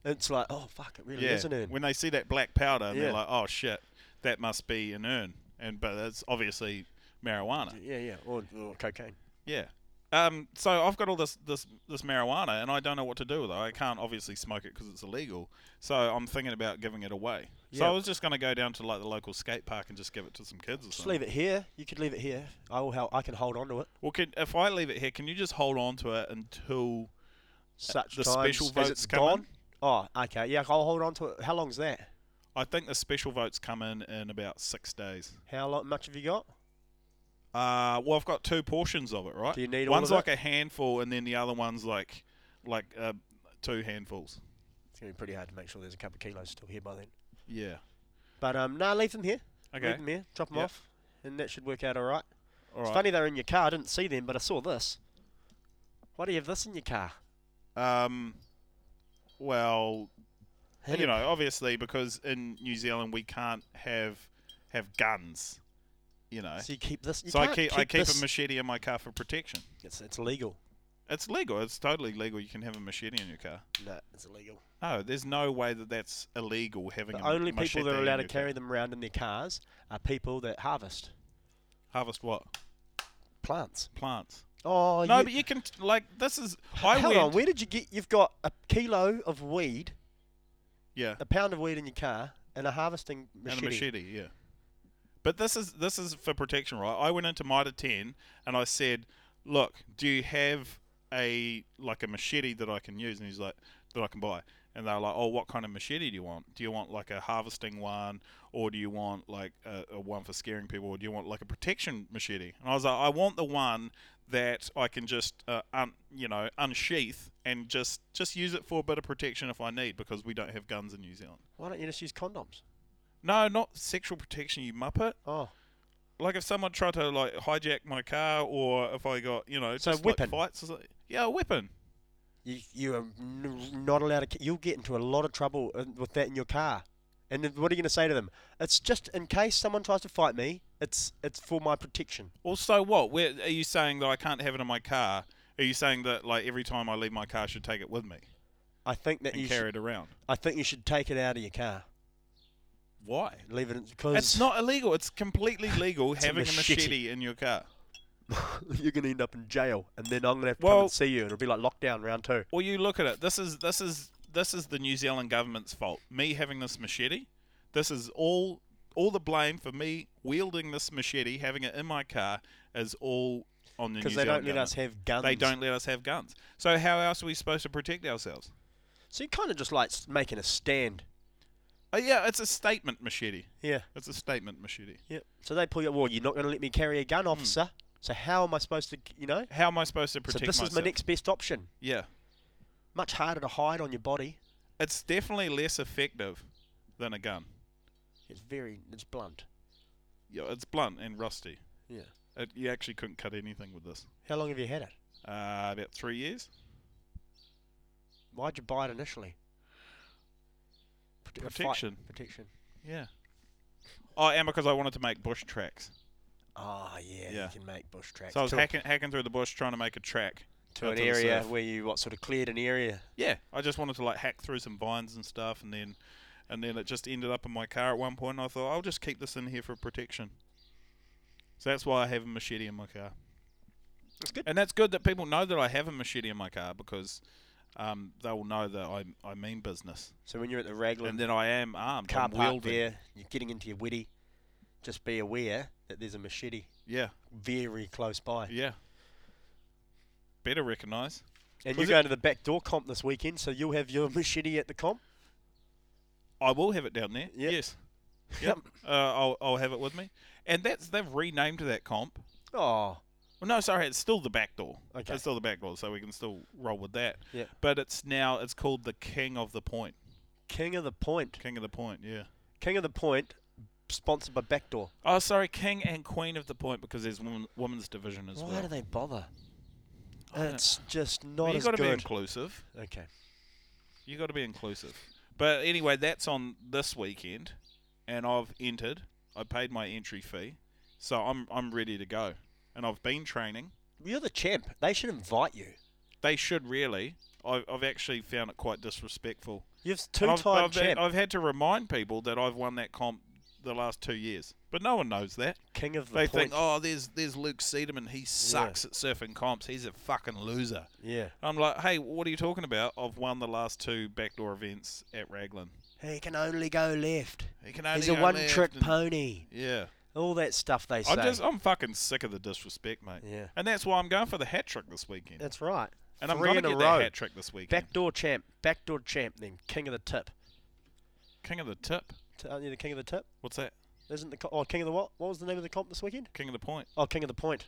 Speaker 2: it's like oh fuck, it really
Speaker 1: Yeah.
Speaker 2: is an urn.
Speaker 1: When they see that black powder, and they're
Speaker 2: Yeah.
Speaker 1: like, oh shit, that must be an urn. And but that's obviously marijuana.
Speaker 2: Yeah, yeah, or, or cocaine.
Speaker 1: Yeah. Um, so I've got all this, this this marijuana, and I don't know what to do with it. I can't obviously smoke it because it's illegal. So I'm thinking about giving it away. So
Speaker 2: Yeah.
Speaker 1: I was just going to go down to like the local skate park and just give it to some kids or
Speaker 2: Just
Speaker 1: something.
Speaker 2: leave it here. You could leave it here. I will. Help. I can hold on to it.
Speaker 1: Well, can, if I leave it here, can you just hold on to it until?
Speaker 2: Such
Speaker 1: the
Speaker 2: times
Speaker 1: special
Speaker 2: as
Speaker 1: votes
Speaker 2: it's
Speaker 1: come in?
Speaker 2: gone. Oh, okay. Yeah, I'll hold on to it. How long's that?
Speaker 1: I think the special votes come in in about six days.
Speaker 2: How lo- much have you got?
Speaker 1: Uh, well, I've got two portions of it, right?
Speaker 2: Do you need all
Speaker 1: one's
Speaker 2: of it?
Speaker 1: like a handful, and then the other one's like like uh, two handfuls.
Speaker 2: It's gonna be pretty hard to make sure there's a couple of kilos still here by then.
Speaker 1: Yeah.
Speaker 2: But um, no, leave them here.
Speaker 1: Okay.
Speaker 2: Leave them here. Drop them
Speaker 1: Yeah.
Speaker 2: off, and that should work out all right.
Speaker 1: All
Speaker 2: It's
Speaker 1: right.
Speaker 2: funny they're in your car. I didn't see them, but I saw this. Why do you have this in your car?
Speaker 1: Um, well,
Speaker 2: Hit
Speaker 1: you
Speaker 2: it.
Speaker 1: know, obviously because in New Zealand we can't have have guns. You know,
Speaker 2: So you keep this. You
Speaker 1: so I
Speaker 2: can't
Speaker 1: keep, I keep
Speaker 2: this-
Speaker 1: a machete in my car for protection.
Speaker 2: It's, it's legal.
Speaker 1: It's legal. It's totally legal. You can have a machete in your car.
Speaker 2: No, it's illegal.
Speaker 1: No, there's no way that that's illegal having
Speaker 2: The
Speaker 1: a
Speaker 2: only people that
Speaker 1: machete
Speaker 2: are
Speaker 1: in
Speaker 2: allowed to
Speaker 1: your car.
Speaker 2: carry them around in their cars are people that harvest
Speaker 1: harvest what
Speaker 2: plants.
Speaker 1: plants.
Speaker 2: Oh,
Speaker 1: no,
Speaker 2: you-
Speaker 1: but you can t- like this is I
Speaker 2: hold
Speaker 1: went
Speaker 2: on. Where did you get? You've got a kilo of weed,
Speaker 1: yeah
Speaker 2: a pound of weed in your car, and a harvesting machete.
Speaker 1: and a machete yeah. But this is this is for protection, right? I went into Mitre Ten and I said, "Look, do you have a like a machete that I can use?" And he's like, "That I can buy." And they're like, "Oh, what kind of machete do you want? Do you want like a harvesting one, or do you want like a, a one for scaring people, or do you want like a protection machete?" And I was like, "I want the one that I can just uh, un, you know unsheath and just just use it for a bit of protection if I need because we don't have guns in New Zealand."
Speaker 2: Why don't you just use condoms?
Speaker 1: No, not sexual protection, you muppet
Speaker 2: Oh,
Speaker 1: like if someone tried to like hijack my car or if I got you know
Speaker 2: So
Speaker 1: just
Speaker 2: weapon.
Speaker 1: like fights or something. Yeah, a weapon.
Speaker 2: you you are n- not allowed to. ca- You'll get into a lot of trouble uh, with that in your car. And then what are you going to say to them? It's just in case someone tries to fight me. It's it's for my protection.
Speaker 1: Well, so what? Where, are you saying that I can't have it in my car? Are you saying that like every time I leave my car, I should take it with me
Speaker 2: I think that
Speaker 1: and
Speaker 2: you.
Speaker 1: carry
Speaker 2: Should,
Speaker 1: it around?
Speaker 2: I think you should take it out of your car.
Speaker 1: Why?
Speaker 2: Leave it because
Speaker 1: It's not illegal. It's completely legal
Speaker 2: a
Speaker 1: having a
Speaker 2: machete.
Speaker 1: machete. in your car.
Speaker 2: you're going to end up in jail, and then I'm going to have to come
Speaker 1: Well-
Speaker 2: and see you, and it'll be like lockdown round two.
Speaker 1: Well, you look at it. This is this is this is the New Zealand government's fault. Me having this machete. This is all all the blame for me wielding this machete, having it in my car, is all on the New
Speaker 2: Because they
Speaker 1: Zealand
Speaker 2: don't let us
Speaker 1: government.
Speaker 2: have guns.
Speaker 1: They don't let us have guns. So how else are we supposed to protect ourselves?
Speaker 2: So you're kind of just like s- making a stand.
Speaker 1: Oh yeah, it's a statement machete.
Speaker 2: Yeah.
Speaker 1: It's a statement machete.
Speaker 2: Yeah. So they pull you. Well, you're not going to let me carry a
Speaker 1: Hmm.
Speaker 2: gun, officer. So how am I supposed to? You know.
Speaker 1: How am I supposed to protect
Speaker 2: so this
Speaker 1: myself?
Speaker 2: is my next best option.
Speaker 1: yeah,
Speaker 2: Much harder to hide on your body.
Speaker 1: it's definitely less effective than a gun.
Speaker 2: It's very. It's blunt.
Speaker 1: Yeah, it's blunt and rusty.
Speaker 2: Yeah.
Speaker 1: It, you actually couldn't cut anything with this.
Speaker 2: How long have you had it?
Speaker 1: Uh, about three years.
Speaker 2: Why'd you buy it initially? Prote- a fight-
Speaker 1: Protection.
Speaker 2: Protection.
Speaker 1: Yeah. Oh, and because I wanted to make bush tracks,
Speaker 2: Ah, yeah,
Speaker 1: Yeah.
Speaker 2: You can make bush tracks.
Speaker 1: so I was
Speaker 2: to,
Speaker 1: hacking, hacking through the bush trying to make a track
Speaker 2: to an
Speaker 1: out the
Speaker 2: area
Speaker 1: surf.
Speaker 2: where you what sort of cleared an area.
Speaker 1: Yeah, I just wanted to like hack through some vines and stuff, and then, and then it just ended up in my car at one point. And I thought I'll just keep this in here for protection. So that's why I have a machete in my car.
Speaker 2: That's good.
Speaker 1: And that's good that people know that I have a machete in my car because um, they will know that I I mean business
Speaker 2: So when you're at the Raglan
Speaker 1: and that I am armed.
Speaker 2: car
Speaker 1: I'm
Speaker 2: park
Speaker 1: wielding.
Speaker 2: there, you're getting into your witty. Just be aware that there's a machete
Speaker 1: Yeah,
Speaker 2: very close by.
Speaker 1: yeah. Better recognise.
Speaker 2: And you're
Speaker 1: Was it-
Speaker 2: going to the back door comp this weekend, so you'll have your machete at the comp.
Speaker 1: I will have it down there.
Speaker 2: Yep.
Speaker 1: Yes. Yep. uh, I'll I'll have it with me. And that's they've renamed that comp.
Speaker 2: Oh,
Speaker 1: Well, no, sorry, it's still the back door.
Speaker 2: Okay.
Speaker 1: It's still the back door, so we can still roll with that.
Speaker 2: Yeah.
Speaker 1: But it's now it's called the King of the Point.
Speaker 2: King of the Point.
Speaker 1: King of the Point, yeah.
Speaker 2: King of the Point, sponsored by Backdoor.
Speaker 1: Oh, sorry, King and Queen of the Point because there's women, women's division as
Speaker 2: Why
Speaker 1: well.
Speaker 2: do they bother?
Speaker 1: I don't-
Speaker 2: It's just not
Speaker 1: Well, you
Speaker 2: as
Speaker 1: got to be
Speaker 2: good.
Speaker 1: inclusive.
Speaker 2: okay.
Speaker 1: You got to be inclusive. But anyway, that's on this weekend, and I've entered. I paid my entry fee, so I'm I'm ready to go. And I've been training.
Speaker 2: You're the champ. They should invite you.
Speaker 1: They should really. I, I've actually found it quite disrespectful.
Speaker 2: You're
Speaker 1: And
Speaker 2: two-time
Speaker 1: I've, I've,
Speaker 2: champ,
Speaker 1: I've had to remind people that I've won that comp the last two years, but no one knows that.
Speaker 2: king of the
Speaker 1: They
Speaker 2: point.
Speaker 1: think, oh, there's there's Luke Sederman. He sucks at surfing comps. He's a fucking loser.
Speaker 2: Yeah.
Speaker 1: I'm like, hey, what are you talking about? I've won the last two backdoor events at Raglan.
Speaker 2: He can only go left.
Speaker 1: He can only
Speaker 2: He's a
Speaker 1: go left
Speaker 2: one-trick
Speaker 1: and-
Speaker 2: pony.
Speaker 1: Yeah,
Speaker 2: All that stuff they say.
Speaker 1: I'm just I'm fucking sick of the disrespect, mate.
Speaker 2: Yeah.
Speaker 1: and that's why I'm going for the hat trick this weekend.
Speaker 2: That's right.
Speaker 1: and I'm
Speaker 2: Three
Speaker 1: going to
Speaker 2: in a
Speaker 1: get
Speaker 2: row.
Speaker 1: that hat trick this weekend.
Speaker 2: Backdoor champ, backdoor champ, then king of the tip.
Speaker 1: King of the tip.
Speaker 2: T- Aren't uh, you the king of the tip?
Speaker 1: What's that?
Speaker 2: Isn't the co- oh king of the what? What was the name of the comp this weekend?
Speaker 1: King of the point.
Speaker 2: Oh, king of the point,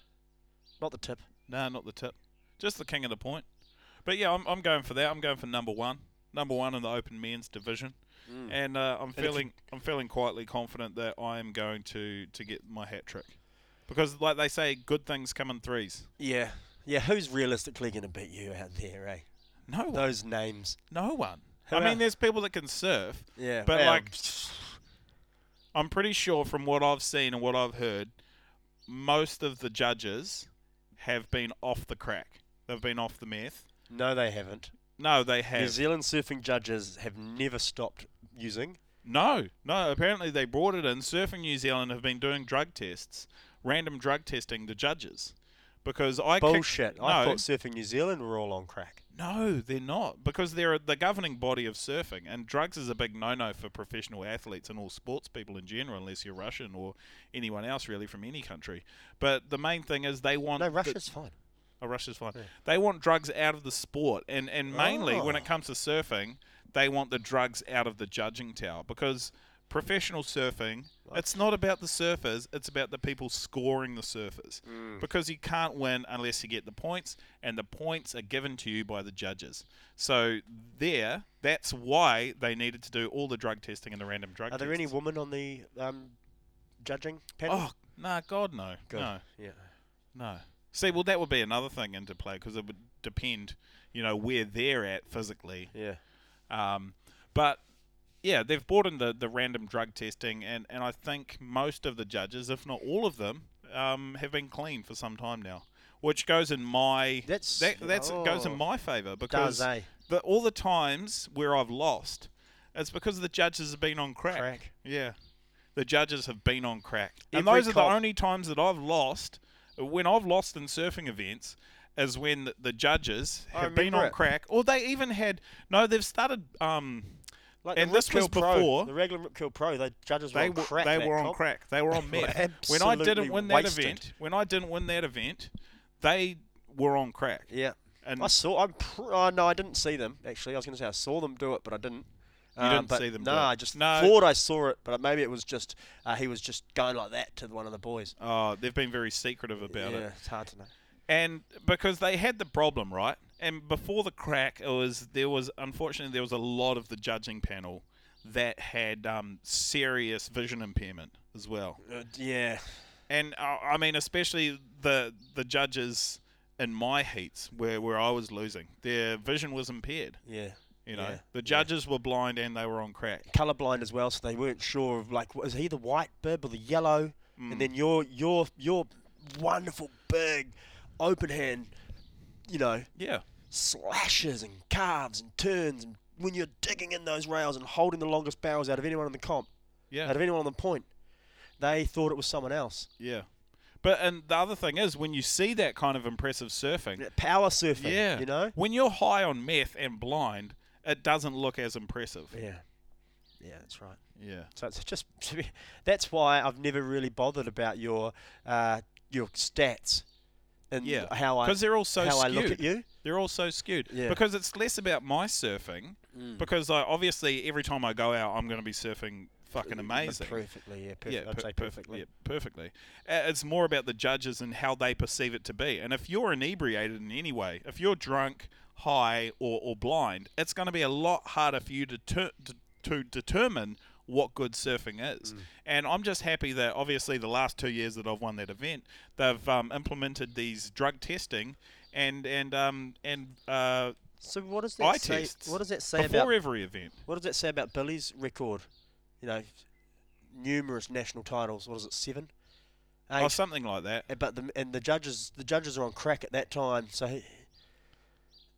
Speaker 2: not the tip.
Speaker 1: No, not the tip. Just the king of the point. But yeah, I'm, I'm going for that. I'm going for number one. Number one in the open men's division. And uh, I'm
Speaker 2: if
Speaker 1: feeling I'm feeling quietly confident that I am going to, to get my hat trick. Because like they say, good things come in threes.
Speaker 2: Yeah, yeah. Who's realistically going to beat you out there, eh?
Speaker 1: No one.
Speaker 2: Those names.
Speaker 1: No one.
Speaker 2: Who
Speaker 1: I
Speaker 2: else?
Speaker 1: mean there's people that can surf.
Speaker 2: Yeah,
Speaker 1: But,
Speaker 2: well,
Speaker 1: like- I'm pretty sure from what I've seen and what I've heard, most of the judges have been off the crack. They've been off the meth.
Speaker 2: no, they haven't.
Speaker 1: No, they
Speaker 2: New
Speaker 1: have.
Speaker 2: Zealand surfing judges have never stopped using.
Speaker 1: No, no. Apparently, they brought it in. Surfing New Zealand have been doing drug tests, random drug testing the judges, because I kicked-
Speaker 2: Bullshit.
Speaker 1: no,
Speaker 2: I thought surfing New Zealand were all on crack.
Speaker 1: no, they're not because they're the governing body of surfing, and drugs is a big no-no for professional athletes and all sports people in general, unless you're Russian or anyone else really from any country. But the main thing is they want
Speaker 2: No,
Speaker 1: the-
Speaker 2: Russia's fine.
Speaker 1: Oh, Russia's fine. They want drugs out of the sport, and and mainly when
Speaker 2: Oh.
Speaker 1: it comes to surfing, they want the drugs out of the judging tower because professional surfing, it's not about the surfers, it's about the people scoring the surfers.
Speaker 2: Mm.
Speaker 1: Because you can't win unless you get the points, and the points are given to you by the judges. So there, that's why they needed to do all the drug testing and the random drug.
Speaker 2: Are there any
Speaker 1: tests.
Speaker 2: women on the um, judging panel?
Speaker 1: Oh, nah, God no,
Speaker 2: Good.
Speaker 1: no.
Speaker 2: Yeah.
Speaker 1: No. See, well, that would be another thing into play because it would depend, you know, where they're at physically.
Speaker 2: Yeah.
Speaker 1: Um, but yeah, they've brought in the, the random drug testing, and, and I think most of the judges, if not all of them, um, have been clean for some time now, which goes in my
Speaker 2: That's-
Speaker 1: that that's goes
Speaker 2: oh.
Speaker 1: in my favour because
Speaker 2: eh?
Speaker 1: the, all the times where I've lost, it's because the judges have been on crack.
Speaker 2: Crack.
Speaker 1: Yeah, the judges have been on crack, and
Speaker 2: Every
Speaker 1: those are
Speaker 2: cop-
Speaker 1: the only times that I've lost. When I've lost in surfing events, is when the, the judges
Speaker 2: I
Speaker 1: have been on
Speaker 2: remember it.
Speaker 1: crack, or they even had no. They've started. Um,
Speaker 2: Like
Speaker 1: and
Speaker 2: the
Speaker 1: this was
Speaker 2: Ripkill Pro,
Speaker 1: before-
Speaker 2: the regular Ripkill Pro. The judges were
Speaker 1: they
Speaker 2: on
Speaker 1: were
Speaker 2: crack.
Speaker 1: they
Speaker 2: that
Speaker 1: were on
Speaker 2: comp.
Speaker 1: crack. They were on
Speaker 2: They were
Speaker 1: meth. When I
Speaker 2: absolutely
Speaker 1: didn't win that
Speaker 2: wasted.
Speaker 1: event, when I didn't win that event, they were on crack.
Speaker 2: Yeah,
Speaker 1: And
Speaker 2: I saw. I'm. Pr- oh, no, I didn't see them. Actually, I was going to say I saw them do it, but I didn't. You
Speaker 1: didn't see them
Speaker 2: No,
Speaker 1: do it.
Speaker 2: I just
Speaker 1: No.
Speaker 2: thought I saw it, but maybe it was just uh, he was just going like that to one of the boys.
Speaker 1: oh, they've been very secretive about
Speaker 2: yeah,
Speaker 1: it.
Speaker 2: it's hard to know.
Speaker 1: and because they had the problem right and before the crack it was there was unfortunately there was a lot of the judging panel that had um, serious vision impairment as well
Speaker 2: Uh, yeah,
Speaker 1: and uh, i mean especially the the judges in my heats where, where i was losing their vision was impaired
Speaker 2: yeah.
Speaker 1: you know
Speaker 2: Yeah,
Speaker 1: the judges were blind and they were on crack
Speaker 2: Colorblind as well, so they weren't sure of like was he the white bib or the yellow?
Speaker 1: Hmm.
Speaker 2: And then your your your wonderful big open hand, you know,
Speaker 1: yeah
Speaker 2: slashes and carves and turns and when you're digging in those rails and holding the longest barrels out of anyone in the comp,
Speaker 1: yeah
Speaker 2: out of anyone on the point, they thought it was someone else.
Speaker 1: yeah but and the other thing is when you see that kind of impressive surfing
Speaker 2: Power surfing,
Speaker 1: Yeah.
Speaker 2: you know.
Speaker 1: When you're high on meth and blind, it doesn't look as impressive.
Speaker 2: Yeah, yeah, that's right.
Speaker 1: Yeah.
Speaker 2: So it's just that's why I've never really bothered about your uh, your stats and
Speaker 1: Yeah.
Speaker 2: how I
Speaker 1: Because they're all so
Speaker 2: how
Speaker 1: skewed.
Speaker 2: I look at you.
Speaker 1: They're all so skewed.
Speaker 2: Yeah. Mm.
Speaker 1: Because it's less about my surfing. Because I, obviously, every time I go out, I'm going to be surfing fucking amazing.
Speaker 2: Perfectly, yeah, perfect.
Speaker 1: Yeah,
Speaker 2: I'd
Speaker 1: per-
Speaker 2: say
Speaker 1: perf-
Speaker 2: perfectly.
Speaker 1: yeah, perfectly. Uh, It's more about the judges and how they perceive it to be. And if you're inebriated in any way, if you're drunk, high, or, or blind, it's going to be a lot harder for you to, ter- to to determine what good surfing is.
Speaker 2: Mm.
Speaker 1: And I'm just happy that obviously the last two years that I've won that event, they've um, implemented these drug testing and and um and uh,
Speaker 2: So what does that
Speaker 1: eye
Speaker 2: say?
Speaker 1: tests
Speaker 2: What does that say
Speaker 1: before
Speaker 2: about
Speaker 1: every event.
Speaker 2: what does that say about Billy's record? You know, numerous national titles. What is it? Seven. Eight.
Speaker 1: Or something like that.
Speaker 2: Uh, But the, and the judges the judges are on crack at that time. So he,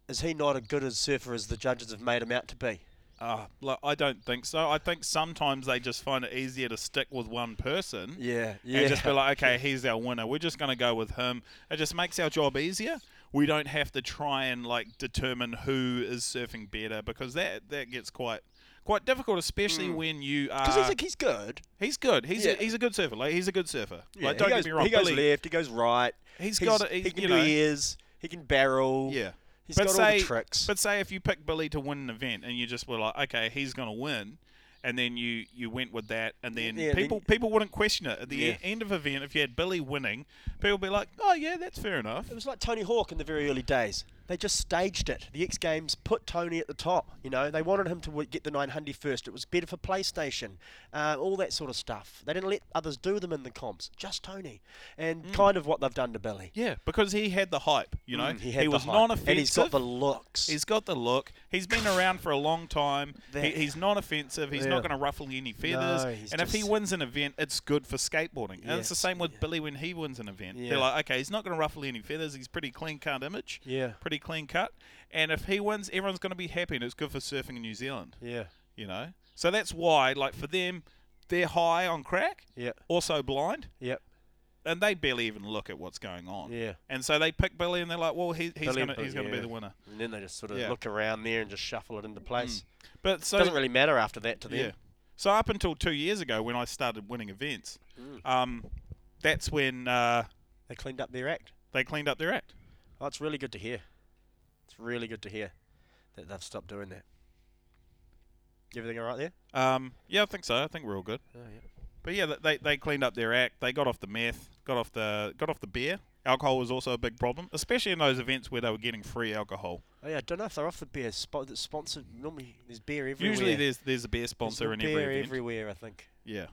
Speaker 2: is he not as good a surfer as the judges have made him out to be?
Speaker 1: Uh, look, I don't think so. I think sometimes they just find it easier to stick with one person
Speaker 2: Yeah,
Speaker 1: and just be like, okay, he's our winner. We're just going to go with him. It just makes our job easier. We don't have to try and like determine who is surfing better because that that gets quite quite difficult, especially when you are.
Speaker 2: Mm. because he's like, he's good.
Speaker 1: he's good. He's
Speaker 2: Yeah.
Speaker 1: a, he's a good surfer. Like he's a good surfer.
Speaker 2: Yeah,
Speaker 1: like don't
Speaker 2: he goes,
Speaker 1: get me wrong.
Speaker 2: He goes
Speaker 1: Billy-
Speaker 2: left. He goes right.
Speaker 1: He's got a-
Speaker 2: He,
Speaker 1: he-
Speaker 2: can
Speaker 1: you
Speaker 2: do
Speaker 1: know.
Speaker 2: ears. He can barrel.
Speaker 1: yeah.
Speaker 2: He's
Speaker 1: but
Speaker 2: got
Speaker 1: say,
Speaker 2: all the tricks.
Speaker 1: But say if you pick Billy to win an event and you just were like, okay, he's going to win, and then you, you went with that, and then
Speaker 2: Yeah,
Speaker 1: people
Speaker 2: then-
Speaker 1: people wouldn't question it. At the
Speaker 2: Yeah.
Speaker 1: e- end of event, if you had Billy winning, people would be like, oh, yeah, that's fair enough.
Speaker 2: It was like Tony Hawk in the very early days. They just staged it. The X Games put Tony at the top. You know, they wanted him to w- get the 900 first. It was better for PlayStation, uh, all that sort of stuff. They didn't let others do them in the comps. Just Tony, and
Speaker 1: Mm.
Speaker 2: kind of what they've done to Billy. Mm,
Speaker 1: Yeah, because he had the hype, you know.
Speaker 2: He had the
Speaker 1: was
Speaker 2: hype,
Speaker 1: non-offensive.
Speaker 2: and he's got the looks.
Speaker 1: He's got the look. He's been around for a long time.
Speaker 2: That-
Speaker 1: He, he's non-offensive. He's
Speaker 2: Yeah.
Speaker 1: not going to ruffle any feathers.
Speaker 2: No, he's
Speaker 1: and if he
Speaker 2: just-
Speaker 1: wins an event, it's good for skateboarding. And it's the
Speaker 2: Yes,
Speaker 1: same with Billy when he wins an event.
Speaker 2: Yeah.
Speaker 1: They're like, okay, he's not going to ruffle any feathers. He's pretty clean cut image.
Speaker 2: Yeah.
Speaker 1: Pretty clean cut. And if he wins, everyone's going to be happy, and it's good for surfing in New Zealand.
Speaker 2: yeah,
Speaker 1: You know. So that's why, like for them, they're high on crack,
Speaker 2: yeah,
Speaker 1: also blind,
Speaker 2: yeah,
Speaker 1: and they barely even look at what's going on.
Speaker 2: yeah.
Speaker 1: And so they pick Billy, and they're like, well, he, he's
Speaker 2: Billy-
Speaker 1: going to he's going to
Speaker 2: yeah.
Speaker 1: be the winner.
Speaker 2: And then they just sort of
Speaker 1: Yeah.
Speaker 2: look around there and just shuffle it into
Speaker 1: Mm.
Speaker 2: place.
Speaker 1: But so
Speaker 2: Doesn't really matter after that to them.
Speaker 1: Yeah. So up until two years ago, when I started winning events,
Speaker 2: Mm.
Speaker 1: um, that's when uh,
Speaker 2: They cleaned up their act.
Speaker 1: they cleaned up their act.
Speaker 2: Oh, it's really good to hear. It's really good to hear that they've stopped doing that. Everything all right there?
Speaker 1: Um, yeah, I think so. I think we're all good.
Speaker 2: Oh, yeah.
Speaker 1: But yeah, th- they they cleaned up their act. They got off the meth, got off the got off the beer. Alcohol was also a big problem, especially in those events where they were getting free alcohol.
Speaker 2: Oh, yeah, I don't know if they're off the beer spot that's sponsored. Normally, there's beer everywhere.
Speaker 1: Usually, there's there's a beer
Speaker 2: There's
Speaker 1: sponsor in
Speaker 2: beer
Speaker 1: every event.
Speaker 2: everywhere, I think.
Speaker 1: yeah,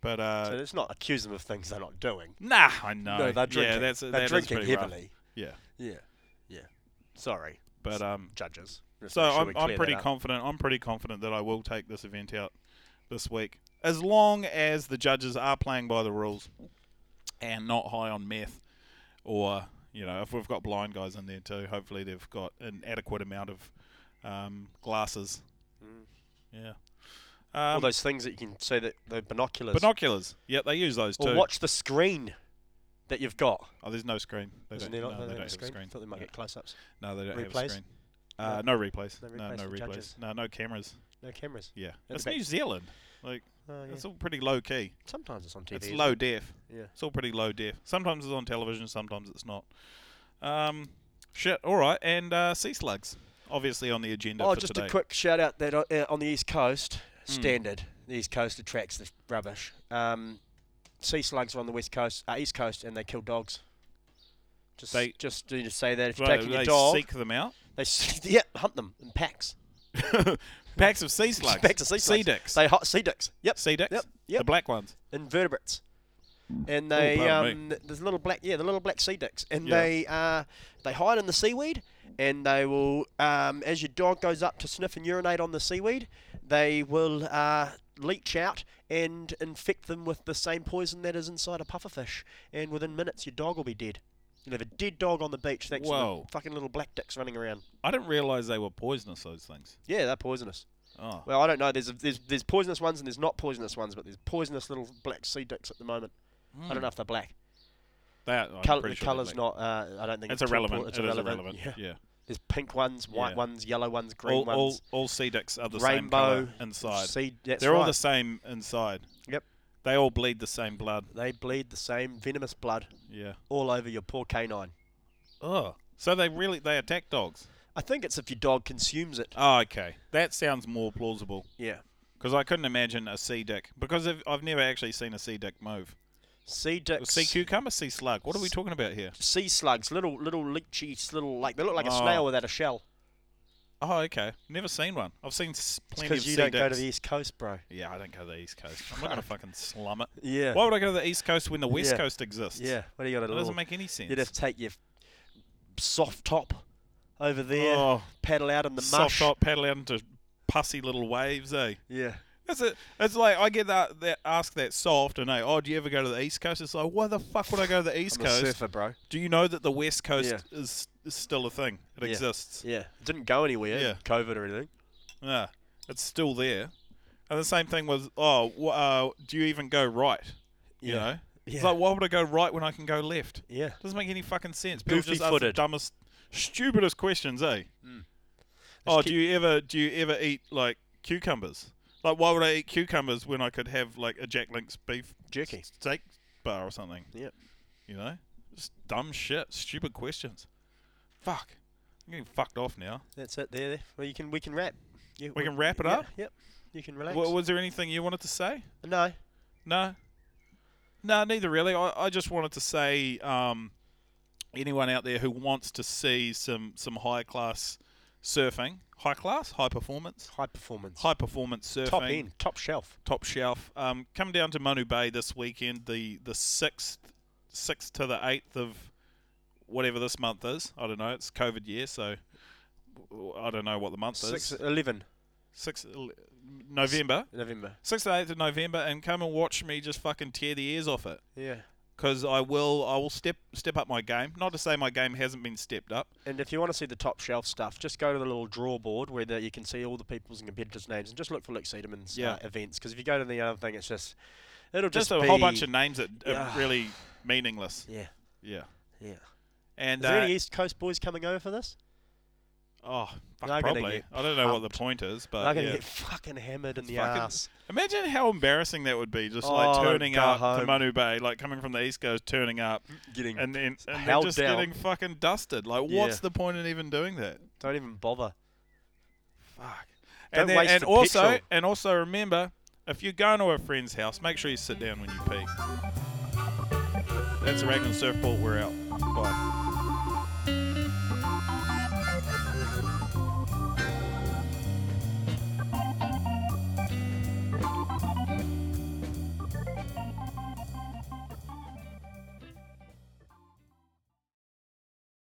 Speaker 1: but uh,
Speaker 2: so let's not accuse them of things they're not doing.
Speaker 1: nah, I know.
Speaker 2: no, they're drinking.
Speaker 1: Yeah, that's
Speaker 2: they're
Speaker 1: that is
Speaker 2: drinking
Speaker 1: pretty rough.
Speaker 2: heavily.
Speaker 1: Yeah,
Speaker 2: Yeah, yeah. Sorry,
Speaker 1: but um,
Speaker 2: judges. Just
Speaker 1: So
Speaker 2: make sure
Speaker 1: I'm,
Speaker 2: we
Speaker 1: I'm
Speaker 2: clear
Speaker 1: pretty
Speaker 2: that up.
Speaker 1: confident. I'm pretty confident that I will take this event out this week, as long as the judges are playing by the rules and not high on meth, or you know, if we've got blind guys in there too, hopefully they've got an adequate amount of um, glasses. Yeah. Um,
Speaker 2: Mm. All those things that you can see that the binoculars.
Speaker 1: binoculars. Yeah, they use those
Speaker 2: or
Speaker 1: too.
Speaker 2: watch the screen that you've got.
Speaker 1: Oh, there's no screen. They
Speaker 2: Isn't
Speaker 1: don't,
Speaker 2: there not
Speaker 1: no,
Speaker 2: no,
Speaker 1: they
Speaker 2: no,
Speaker 1: don't have a
Speaker 2: screen?
Speaker 1: screen.
Speaker 2: thought they might get close-ups.
Speaker 1: No, they don't have a
Speaker 2: Replays?
Speaker 1: screen. Uh, no replays.
Speaker 2: No
Speaker 1: No, no
Speaker 2: replays for
Speaker 1: replays.
Speaker 2: judges.
Speaker 1: No, no cameras.
Speaker 2: No cameras.
Speaker 1: Yeah,
Speaker 2: the
Speaker 1: it's
Speaker 2: back.
Speaker 1: New Zealand. Like
Speaker 2: Oh, yeah.
Speaker 1: it's all pretty low key.
Speaker 2: Sometimes it's on TV.
Speaker 1: It's
Speaker 2: isn't
Speaker 1: low def.
Speaker 2: it? Yeah.
Speaker 1: It's all pretty low def. Sometimes it's on television, sometimes it's not. Um, shit. All right, and uh, sea slugs, obviously on the agenda.
Speaker 2: Oh,
Speaker 1: for
Speaker 2: just
Speaker 1: today. Hmm.
Speaker 2: a quick shout out that uh, uh, on the East Coast, standard. The East Coast attracts the rubbish. Um, sea slugs are on the West Coast, uh, East Coast, and they kill dogs. Just,
Speaker 1: They-
Speaker 2: just need to say that if you're
Speaker 1: Right,
Speaker 2: taking
Speaker 1: they
Speaker 2: your dog,
Speaker 1: seek them out.
Speaker 2: they s- yeah, hunt them in packs.
Speaker 1: Packs of sea slugs.
Speaker 2: Back to sea slugs.
Speaker 1: dicks.
Speaker 2: They hot sea dicks. Yep.
Speaker 1: Sea dicks.
Speaker 2: Yep.
Speaker 1: The
Speaker 2: Yep.
Speaker 1: black ones.
Speaker 2: invertebrates, and they
Speaker 1: Oh, pardon
Speaker 2: um, there's little black yeah the little black sea dicks, and
Speaker 1: Yeah.
Speaker 2: they uh, they hide in the seaweed, and they will um, as your dog goes up to sniff and urinate on the seaweed, they will uh, leach out and infect them with the same poison that is inside a pufferfish, and within minutes your dog will be dead. You'll have a dead dog on the beach thanks to
Speaker 1: Whoa.
Speaker 2: the fucking little black dicks running around.
Speaker 1: I didn't realize they were poisonous. Those things.
Speaker 2: Yeah, they're poisonous.
Speaker 1: Oh.
Speaker 2: Well, I don't know. There's, a, there's there's poisonous ones and there's not poisonous ones, but there's poisonous little black sea dicks at the moment. I
Speaker 1: Hmm.
Speaker 2: don't know if they're black.
Speaker 1: that, I'm
Speaker 2: Colour,
Speaker 1: pretty
Speaker 2: the
Speaker 1: sure they're
Speaker 2: colour's
Speaker 1: black.
Speaker 2: not. Uh, I don't think
Speaker 1: It's
Speaker 2: too
Speaker 1: irrelevant.
Speaker 2: important.
Speaker 1: It is irrelevant.
Speaker 2: Yeah.
Speaker 1: Yeah.
Speaker 2: There's pink ones, white
Speaker 1: Yeah.
Speaker 2: ones, yellow ones, green
Speaker 1: All, all
Speaker 2: ones,
Speaker 1: all sea dicks are the same
Speaker 2: rainbow
Speaker 1: color inside.
Speaker 2: Seed. That's
Speaker 1: They're
Speaker 2: right.
Speaker 1: all the same inside.
Speaker 2: Yep.
Speaker 1: They all bleed the same blood.
Speaker 2: They bleed the same venomous blood
Speaker 1: Yeah.
Speaker 2: all over your poor canine.
Speaker 1: Oh. So they really they attack dogs.
Speaker 2: I think it's if your dog consumes it.
Speaker 1: Oh, okay. That sounds more plausible
Speaker 2: Yeah.
Speaker 1: because I couldn't imagine a sea dick because I've, I've never actually seen a sea dick move.
Speaker 2: Sea
Speaker 1: A
Speaker 2: dicks.
Speaker 1: sea cucumber, sea slug. What are we talking about here?
Speaker 2: sea slugs. Little little leechy, little like they look like a
Speaker 1: Oh.
Speaker 2: snail without a shell.
Speaker 1: Oh, okay. Never seen one. I've seen s- plenty of
Speaker 2: Because
Speaker 1: sea
Speaker 2: you don't
Speaker 1: dicks.
Speaker 2: go to the east coast, bro.
Speaker 1: yeah, I don't go to the east coast. I'm not gonna fucking slum it.
Speaker 2: Yeah.
Speaker 1: Why would I go to the east coast when the west
Speaker 2: Yeah.
Speaker 1: coast exists?
Speaker 2: Yeah. What do you got to
Speaker 1: That
Speaker 2: do?
Speaker 1: doesn't make any sense.
Speaker 2: You'd have to take your soft top over there,
Speaker 1: Oh.
Speaker 2: paddle out in the
Speaker 1: soft
Speaker 2: mush.
Speaker 1: top paddle out into pussy little waves, eh?
Speaker 2: Yeah.
Speaker 1: That's it. It's like I get that, that ask that soft and hey, oh, do you ever go to the East Coast? It's like, why the fuck would I go to the East
Speaker 2: I'm a
Speaker 1: Coast?
Speaker 2: surfer, bro.
Speaker 1: Do you know that the West Coast
Speaker 2: Yeah.
Speaker 1: is, is still a thing? It
Speaker 2: Yeah.
Speaker 1: exists.
Speaker 2: Yeah, it didn't go anywhere.
Speaker 1: Yeah.
Speaker 2: COVID or anything.
Speaker 1: Yeah. it's still there. And the same thing was, oh, wh- uh, do you even go right? You
Speaker 2: Yeah.
Speaker 1: know,
Speaker 2: Yeah.
Speaker 1: it's like why would I go right when I can go left?
Speaker 2: Yeah.
Speaker 1: Doesn't make any fucking sense. People just ask the
Speaker 2: Goofy-footed.
Speaker 1: dumbest, stupidest questions, eh? Oh,
Speaker 2: Just
Speaker 1: do you ever do you ever eat like cucumbers? Like, why would I eat cucumbers when I could have like a Jack Link's beef
Speaker 2: Jerky.
Speaker 1: steak bar or something?
Speaker 2: Yeah.
Speaker 1: You know, just dumb shit, stupid questions. Fuck, I'm getting fucked off now.
Speaker 2: That's it. There. there. Well, you can. We can wrap. Yeah,
Speaker 1: We can wrap it up?
Speaker 2: Yep. You can relax.
Speaker 1: W- was there anything you wanted to say?
Speaker 2: no.
Speaker 1: No. No, neither really. I, I just wanted to say um, anyone out there who wants to see some, some high class surfing, high class, high performance,
Speaker 2: High performance.
Speaker 1: high performance surfing,
Speaker 2: Top end. Top shelf.
Speaker 1: top shelf. Um, come down to Manu Bay this weekend, the the sixth, sixth to the eighth of whatever this month is. I don't know. It's COVID year, so I don't know what the month
Speaker 2: Six, uh,
Speaker 1: is.
Speaker 2: eleven
Speaker 1: Six ele- November,
Speaker 2: November.
Speaker 1: sixth to eighth of November, and come and watch me just fucking tear the ears off it.
Speaker 2: Yeah.
Speaker 1: Because I will, I will step step up my game. Not to say my game hasn't been stepped up.
Speaker 2: And if you want to see the top shelf stuff, just go to the little draw board where the, you can see all the people's and competitors' names, and just look for Luke Sederman's
Speaker 1: Yeah.
Speaker 2: uh, events. Because if you go to the other thing, it's just it'll
Speaker 1: Just,
Speaker 2: just,
Speaker 1: a
Speaker 2: be,
Speaker 1: whole bunch of names that are
Speaker 2: Yeah.
Speaker 1: really meaningless.
Speaker 2: yeah,
Speaker 1: Yeah.
Speaker 2: yeah. Is
Speaker 1: And
Speaker 2: there
Speaker 1: uh,
Speaker 2: any East Coast boys coming over for this?
Speaker 1: oh, fuck,
Speaker 2: They're gonna
Speaker 1: probably.
Speaker 2: get
Speaker 1: I don't know what the
Speaker 2: pumped.
Speaker 1: point is, but
Speaker 2: They're going to
Speaker 1: Uh, yeah.
Speaker 2: get fucking hammered in the
Speaker 1: fucking-
Speaker 2: ass.
Speaker 1: Imagine how embarrassing that would be, just
Speaker 2: Oh,
Speaker 1: like
Speaker 2: don't
Speaker 1: turning
Speaker 2: go
Speaker 1: up to
Speaker 2: home.
Speaker 1: Manu Bay, like coming from the East Coast, turning up,
Speaker 2: Getting
Speaker 1: and then and then
Speaker 2: Held
Speaker 1: just
Speaker 2: down.
Speaker 1: getting fucking dusted. Like,
Speaker 2: Yeah.
Speaker 1: what's the point in even doing that?
Speaker 2: Don't even bother.
Speaker 1: Fuck.
Speaker 2: Don't
Speaker 1: and then,
Speaker 2: waste
Speaker 1: and
Speaker 2: the
Speaker 1: also
Speaker 2: petrol.
Speaker 1: and also remember, if you're going to a friend's house, make sure you sit down when you pee. That's Raglan Surfboard. We're out. Bye.